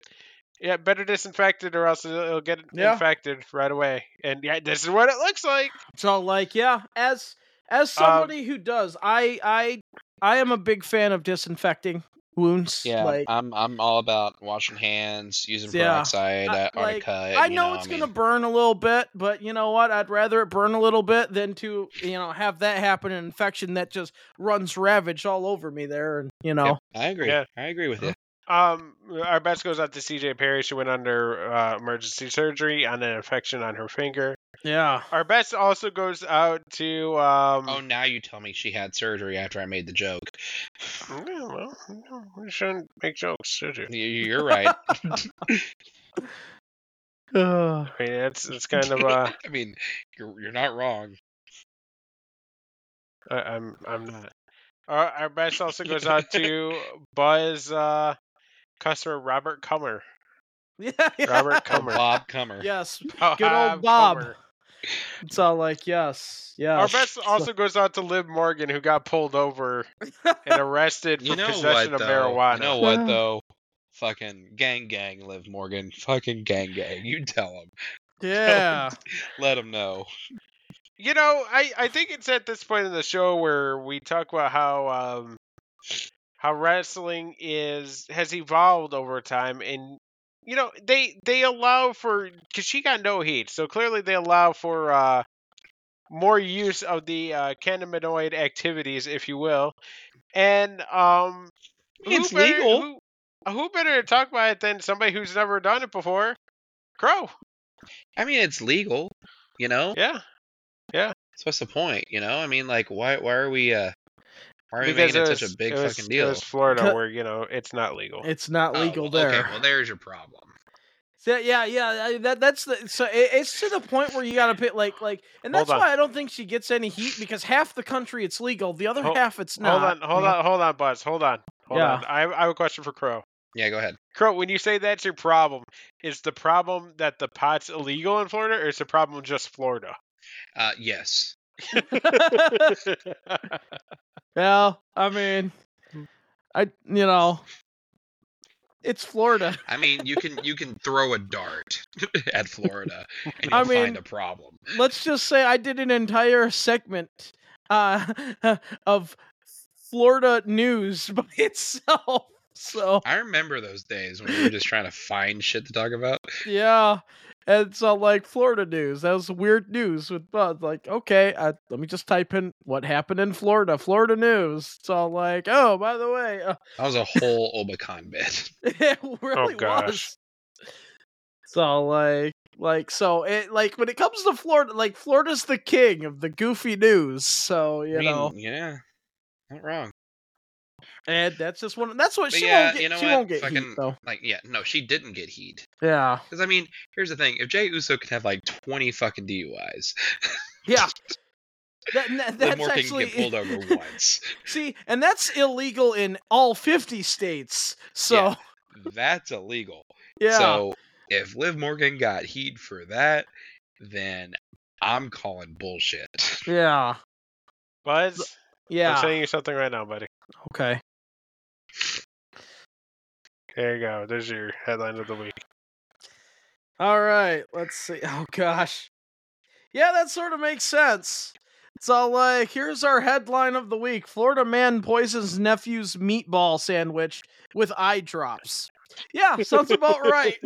S3: Yeah, better disinfect it or else it'll, it'll get
S1: Yeah.
S3: infected right away. And yeah, this is what it looks like.
S1: So like yeah,
S3: Um,
S1: as as somebody who does, I I I am a big fan of disinfecting. wounds.
S2: Yeah,
S1: like
S2: I'm I'm all about washing hands, using
S1: Yeah.
S2: peroxide
S1: I-
S2: uh, on a
S1: like,
S2: cut.
S1: I
S2: you
S1: know
S2: what
S1: it's
S2: I mean?
S1: gonna burn a little bit, but you know what? I'd rather it burn a little bit than to you know have that happen an infection that just runs ravage all over me there, and you know.
S2: Yep, I agree.
S3: Yeah.
S2: I agree with you.
S3: Um, our best goes out to C.J. Perry. She went under uh, emergency surgery on an infection on her finger.
S1: Yeah.
S3: Our best also goes out to um.
S2: Oh, now you tell me she had surgery after I made the joke.
S3: yeah, well, no, we shouldn't make jokes, should you?
S2: You- You're right.
S1: Ugh.
S3: I mean, it's it's kind of uh,
S2: I mean, you're you're not wrong.
S3: I, I'm I'm not. Our, our best also goes out to Buzz uh, customer Robert Cummer.
S1: yeah.
S3: Robert
S2: Or
S3: Cummer.
S2: Bob Comer.
S1: Yes.
S3: Bob
S1: Good old Bob. Oh,
S3: Cummer.
S1: It's all like yes, yeah.
S3: Our best also goes out to Liv Morgan, who got pulled over and arrested for
S2: You know what?
S3: possession of
S2: though?
S3: marijuana.
S2: You know what though? Fucking gang, gang, Liv Morgan. Fucking gang, gang. You tell him.
S1: yeah.
S2: Let him know.
S3: You know, I, I think it's at this point in the show where we talk about how um how wrestling is has evolved over time and you know, they they allow for cuz she got no heat. So clearly they allow for uh more use of the uh cannabinoid activities if you will. And um who
S2: It's
S3: better-
S2: legal.
S3: Who, who better to talk about it than somebody who's never done it before? Crow.
S2: I mean, it's legal. You know.
S3: Yeah.
S2: So what's the point? You know. I mean, like, why why are we uh why are we
S3: Because
S2: making it,
S3: it was,
S2: such a big
S3: it was-
S2: fucking deal?
S3: It was Florida,
S1: Cut-
S3: where you know it's not legal.
S1: It's not
S2: Oh,
S1: legal
S2: well,
S1: there.
S2: Okay. Well, there's your problem.
S1: So, yeah, yeah, I- that that's the so it, it's to the point where you gotta pick like like, and
S3: Hold
S1: that's
S3: on.
S1: why I don't think she gets any heat because half the country it's legal, the other
S3: Hol-
S1: half it's
S3: Hold
S1: not.
S3: on, hold on, hold on, Buzz. Hold on, hold
S1: Yeah.
S3: on. I, I have a question for Crow.
S2: Yeah. Go ahead.
S3: Crow, when you say that's your problem, is the problem that the pot's illegal in Florida, or is the problem just Florida?
S2: Uh, yes.
S1: Well, I mean, I you know, it's Florida.
S2: I mean, you can you can throw a dart at Florida and
S1: I
S2: you'll
S1: mean-
S2: find a problem.
S1: Let's just say I did an entire segment uh of Florida news by itself. So
S2: I remember those days when we were just trying to find shit to talk about.
S1: yeah. And so like Florida news. That was weird news with Buzz. Like, okay, I, let me just type in what happened in Florida, Florida news. So like, oh, by the way, uh,
S2: That was a whole Obacon bit.
S1: it
S2: Oh,
S1: really
S3: gosh.
S1: was. So like like so it like when it comes to Florida, like Florida's the king of the goofy news. So, you
S2: I mean,
S1: know,
S2: yeah, not wrong.
S1: and that's just one that's what
S2: But
S1: she
S2: yeah,
S1: won't get
S2: you know
S1: she
S2: what?
S1: won't get heat
S2: Fucking-
S1: though.
S2: Like, yeah, no, she didn't get heat.
S1: Yeah.
S2: Because I mean, here's the thing: if Jay Uso could have like 20 fucking DUIs,
S1: Yeah. That, that,
S2: Liv
S1: that's
S2: Morgan
S1: actually
S2: can get pulled over once.
S1: See, and that's illegal in all 50 states. So,
S2: That's illegal.
S1: yeah.
S2: So if Liv Morgan got heat for that, then I'm calling bullshit.
S1: yeah.
S3: Buzz, I'm
S1: Yeah.
S3: saying you something right now, buddy.
S1: Okay.
S3: There you go. There's your headline of the week.
S1: All right. Let's see. Oh, gosh. Yeah, that sort of makes sense. So, like, here's our headline of the week Florida man poisons nephew's meatball sandwich with eye drops. Yeah, sounds about right.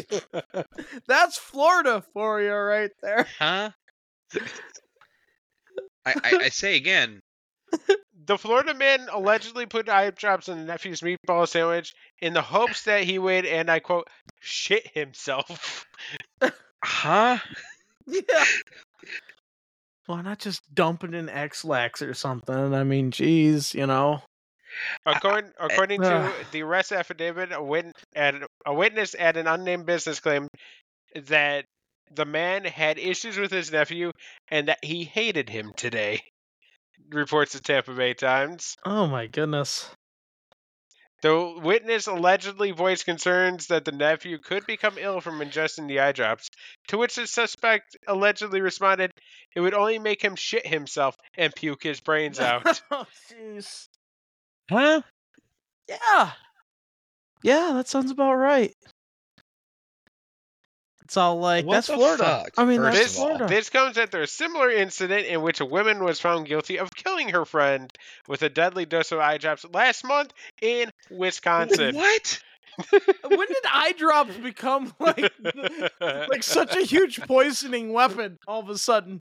S1: That's Florida for you right there.
S2: Huh? I, I, I say again,
S3: The Florida man allegedly put eye drops in the nephew's meatball sandwich in the hopes that he would, and I quote, shit himself.
S2: huh?
S1: Yeah. Why not just dump it in X-Lax or something? I mean, geez, you know.
S3: According, according to
S1: Ugh.
S3: the arrest affidavit, a, wit- and a witness at an unnamed business claimed that the man had issues with his nephew and that he hated him today. Reports the Tampa Bay Times.
S1: Oh my goodness.
S3: The witness allegedly voiced concerns that the nephew could become ill from ingesting the eye drops, to which the suspect allegedly responded, It would only make him shit himself and puke his brains out.
S1: oh jeez.
S2: Huh?
S1: Yeah. Yeah, that sounds about right. It's all like
S2: What
S1: that's
S2: the
S1: Florida.
S2: fuck,
S1: I mean,
S2: first
S1: that's
S2: of all?
S1: Florida.
S3: This comes after a similar incident in which a woman was found guilty of killing her friend with a deadly dose of eye drops last month in Wisconsin.
S2: What?
S1: when did eye drops become like like such a huge poisoning weapon all of a sudden?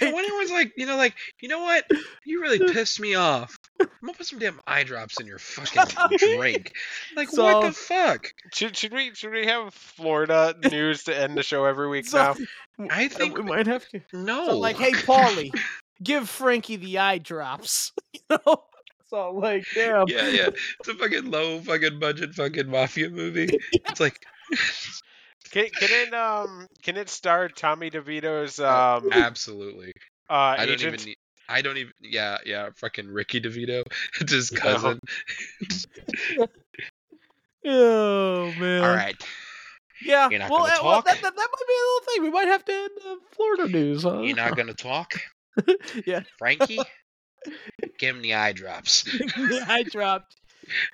S2: You know, when everyone's like, you know, like, you know what? You really pissed me off. I'm gonna put some damn eye drops in your fucking drink. Like, what
S1: So-
S2: the fuck?
S3: should, should we should we have Florida news to end the show every week
S1: So-
S3: now?
S2: I
S1: Uh,
S2: think
S1: we might have to.
S2: no.
S1: So like, hey, Paulie, give Frankie the eye drops. You know, so like, damn.
S2: yeah, yeah. It's a fucking low fucking budget fucking mafia movie. It's like
S3: Can, can it um can it star Tommy DeVito's um
S2: absolutely.
S3: uh
S2: Oh, I don't
S3: agent?
S2: even. Need, I don't even. Yeah, yeah. Fucking Ricky DeVito. It's his cousin.
S1: Oh man.
S2: All right.
S1: Yeah.
S2: You're not
S1: well,
S2: gonna
S1: uh, well,
S2: talk?
S1: that, that, that might be a little thing. We might have to end uh, Florida news. Huh?
S2: You're not gonna talk,
S1: yeah.
S2: Frankie. Give him the eye drops.
S1: the eye drops.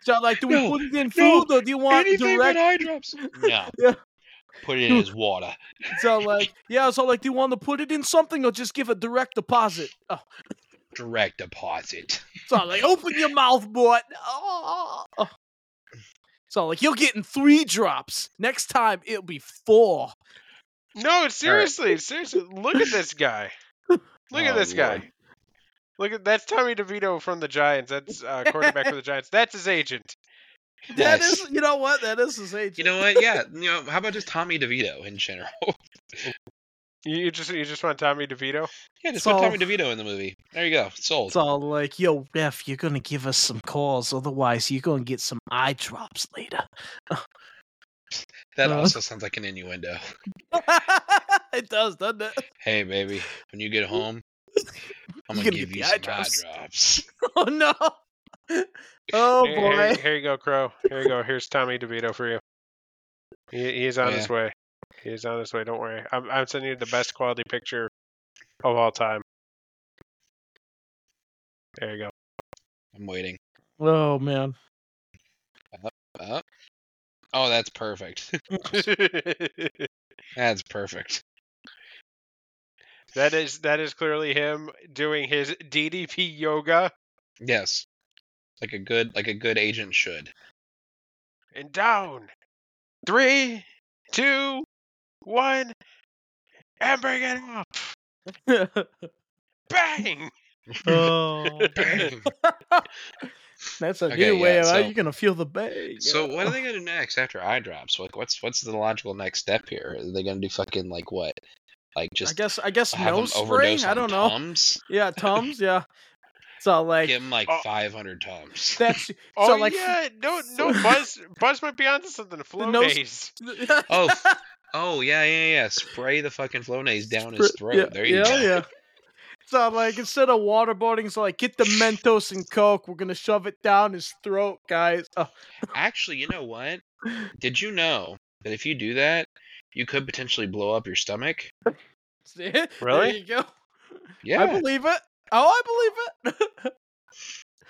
S1: So like, do we
S2: No,
S1: put it in
S2: no,
S1: food or do you want
S2: Anything
S1: direct?
S2: but eye drops. No.
S1: Yeah.
S2: Put it in his water.
S1: So like, yeah. So like, do you want to put it in something or just give a direct deposit? Oh,
S2: Direct deposit.
S1: so like, open your mouth, boy. Oh. So like, you're getting three drops. Next time it'll be four.
S3: No, seriously, seriously. Look at this guy. Look at
S2: Oh,
S3: this
S2: Lord.
S3: guy. Look at that's Tommy DeVito from the Giants. That's uh, quarterback for the Giants. That's his agent.
S1: That
S2: Yes.
S1: is, you know what? That is his age.
S2: You know what? Yeah. You know, how about just Tommy DeVito in general?
S3: You, you just you just want Tommy DeVito?
S2: yeah, just
S1: So-
S2: put Tommy DeVito in the movie. There you go. Sold.
S1: It's all like, yo, ref, you're gonna give us some calls, otherwise you're gonna get some eye drops later.
S2: that
S1: Uh.
S2: also sounds like an innuendo.
S1: it does, doesn't it?
S2: Hey, baby, when you get home, I'm
S1: You
S2: gonna
S1: gonna
S2: give
S1: get the
S2: you some
S1: eye
S2: eye drops.
S1: drops. Oh no! Oh
S3: Here- here,
S1: boy!
S3: you- here you go, Crow. Here you go. Here's Tommy DeVito for you. He, he's on his way. He's on his way. Don't worry. I'm I'm sending you the best quality picture of all time. There you go.
S2: I'm waiting.
S1: Oh man!
S2: Up. Oh, that's perfect. that's perfect.
S3: that is that is clearly him doing his DDP yoga.
S2: Yes, like a good, like a good agent should.
S3: and down. Three, two, one, and bring it up. Bang!
S1: oh,
S2: Bang.
S1: that's a
S2: Okay,
S1: new way
S2: yeah,
S1: of
S2: so-
S1: you're gonna feel the bang.
S2: so, what are they gonna do next after eye drops? Like, what's what's the logical next step here? Are they gonna do fucking like what? Like
S1: I
S2: just
S1: guess I guess
S2: have
S1: no
S2: them overdose
S1: spray. I
S2: on
S1: don't know.
S2: Tums?
S1: Yeah, tums. Yeah. So like uh,
S2: Give him like
S3: Oh.
S2: 500 tums.
S1: that's
S3: Oh
S1: so like
S3: yeah, no,
S1: so-
S3: no, Buzz, Buzz might be onto something. Flow
S1: nose-
S3: days.
S2: Oh, Oh yeah, yeah, yeah. Spray the fucking Flonase down his
S1: Spr-
S2: throat. there you
S1: yeah,
S2: go.
S1: Yeah. So like instead of waterboarding, it's like get the Mentos and Coke. We're gonna shove it down his throat, guys. Oh,
S2: Actually, you know what? Did you know that if you do that, you could potentially blow up your stomach?
S1: see? There
S3: Really?
S1: you go.
S2: Yeah.
S1: I believe it. Oh, I believe it.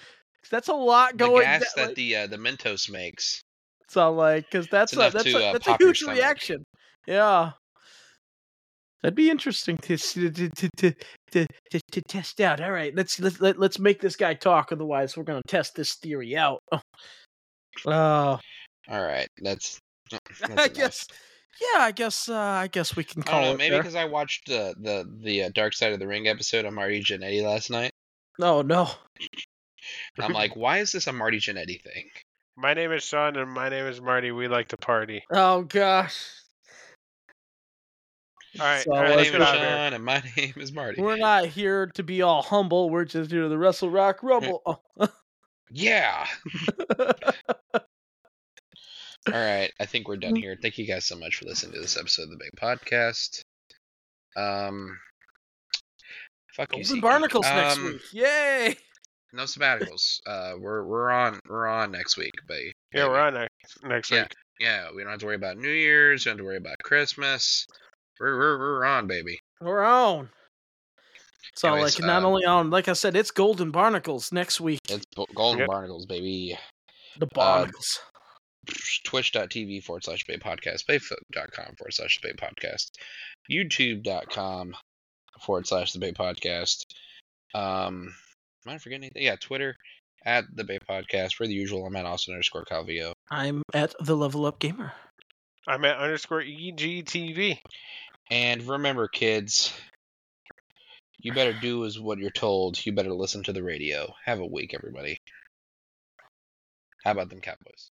S1: that's a lot
S2: the
S1: going.
S2: gas
S1: da-
S2: that
S1: like,
S2: the uh, the Mentos makes.
S1: so like, because that's a,
S2: enough
S1: that's a,
S2: to, uh,
S1: that's a
S2: pop your
S1: huge
S2: stomach.
S1: reaction. Yeah. That'd be interesting to s- to to to to, to, to test out. All right, let's let's let, let's make this guy talk. Otherwise, we're gonna test this theory out. Oh. Oh.
S2: All right, that's. uh, that's
S1: I
S2: enough.
S1: guess. Yeah, I guess. Uh, I guess we can
S2: I
S1: call
S2: don't know.
S1: it.
S2: Maybe
S1: there.
S2: because I watched uh, the the uh, Dark Side of the Ring episode on Marty Jannetty last night.
S1: No, Oh, no.
S2: and I'm like, why is this a Marty Jannetty thing?
S3: My name is Sean, and my name is Marty. We like to party.
S1: Oh gosh.
S3: All right,
S1: So,
S3: all
S1: uh,
S3: right,
S2: My
S3: let's
S2: name
S3: get
S2: is
S3: out of here.
S2: John, and my name is Marty.
S1: We're not here to be all humble. We're just here to wrestle, rock, rumble. Oh.
S2: Yeah. All right, I think we're done here. Thank you guys so much for listening to this episode of the Big Podcast. Um, fuck you,
S1: Golden
S2: Zeke.
S1: barnacles next
S2: Um,
S1: week. Yay!
S2: No sabbaticals. Uh, we're we're on we're on next week, but
S3: Yeah, we're on next, next
S2: Yeah.
S3: week.
S2: yeah, we don't have to worry about New Year's. We don't have to worry about Christmas. We're we're, we're on, baby.
S1: We're on. So,
S2: Anyways,
S1: like, not
S2: uh,
S1: only on, like I said, it's golden barnacles next week.
S2: It's Bo- Golden
S3: Yep.
S2: Barnacles, baby.
S1: The barnacles.
S2: twitch.tv forward slash bay podcast, facebook.com forward slash bay podcast, youtube.com forward slash the bay podcast. Um, am I forgetting anything? Yeah, Twitter at the bay podcast. For the usual, I'm at Austin underscore Calvillo.
S1: I'm at the level up gamer.
S3: I'm at underscore E EGTV.
S2: And remember, kids, you better do as what you're told. You better listen to the radio. Have a week, everybody. How about them Cowboys?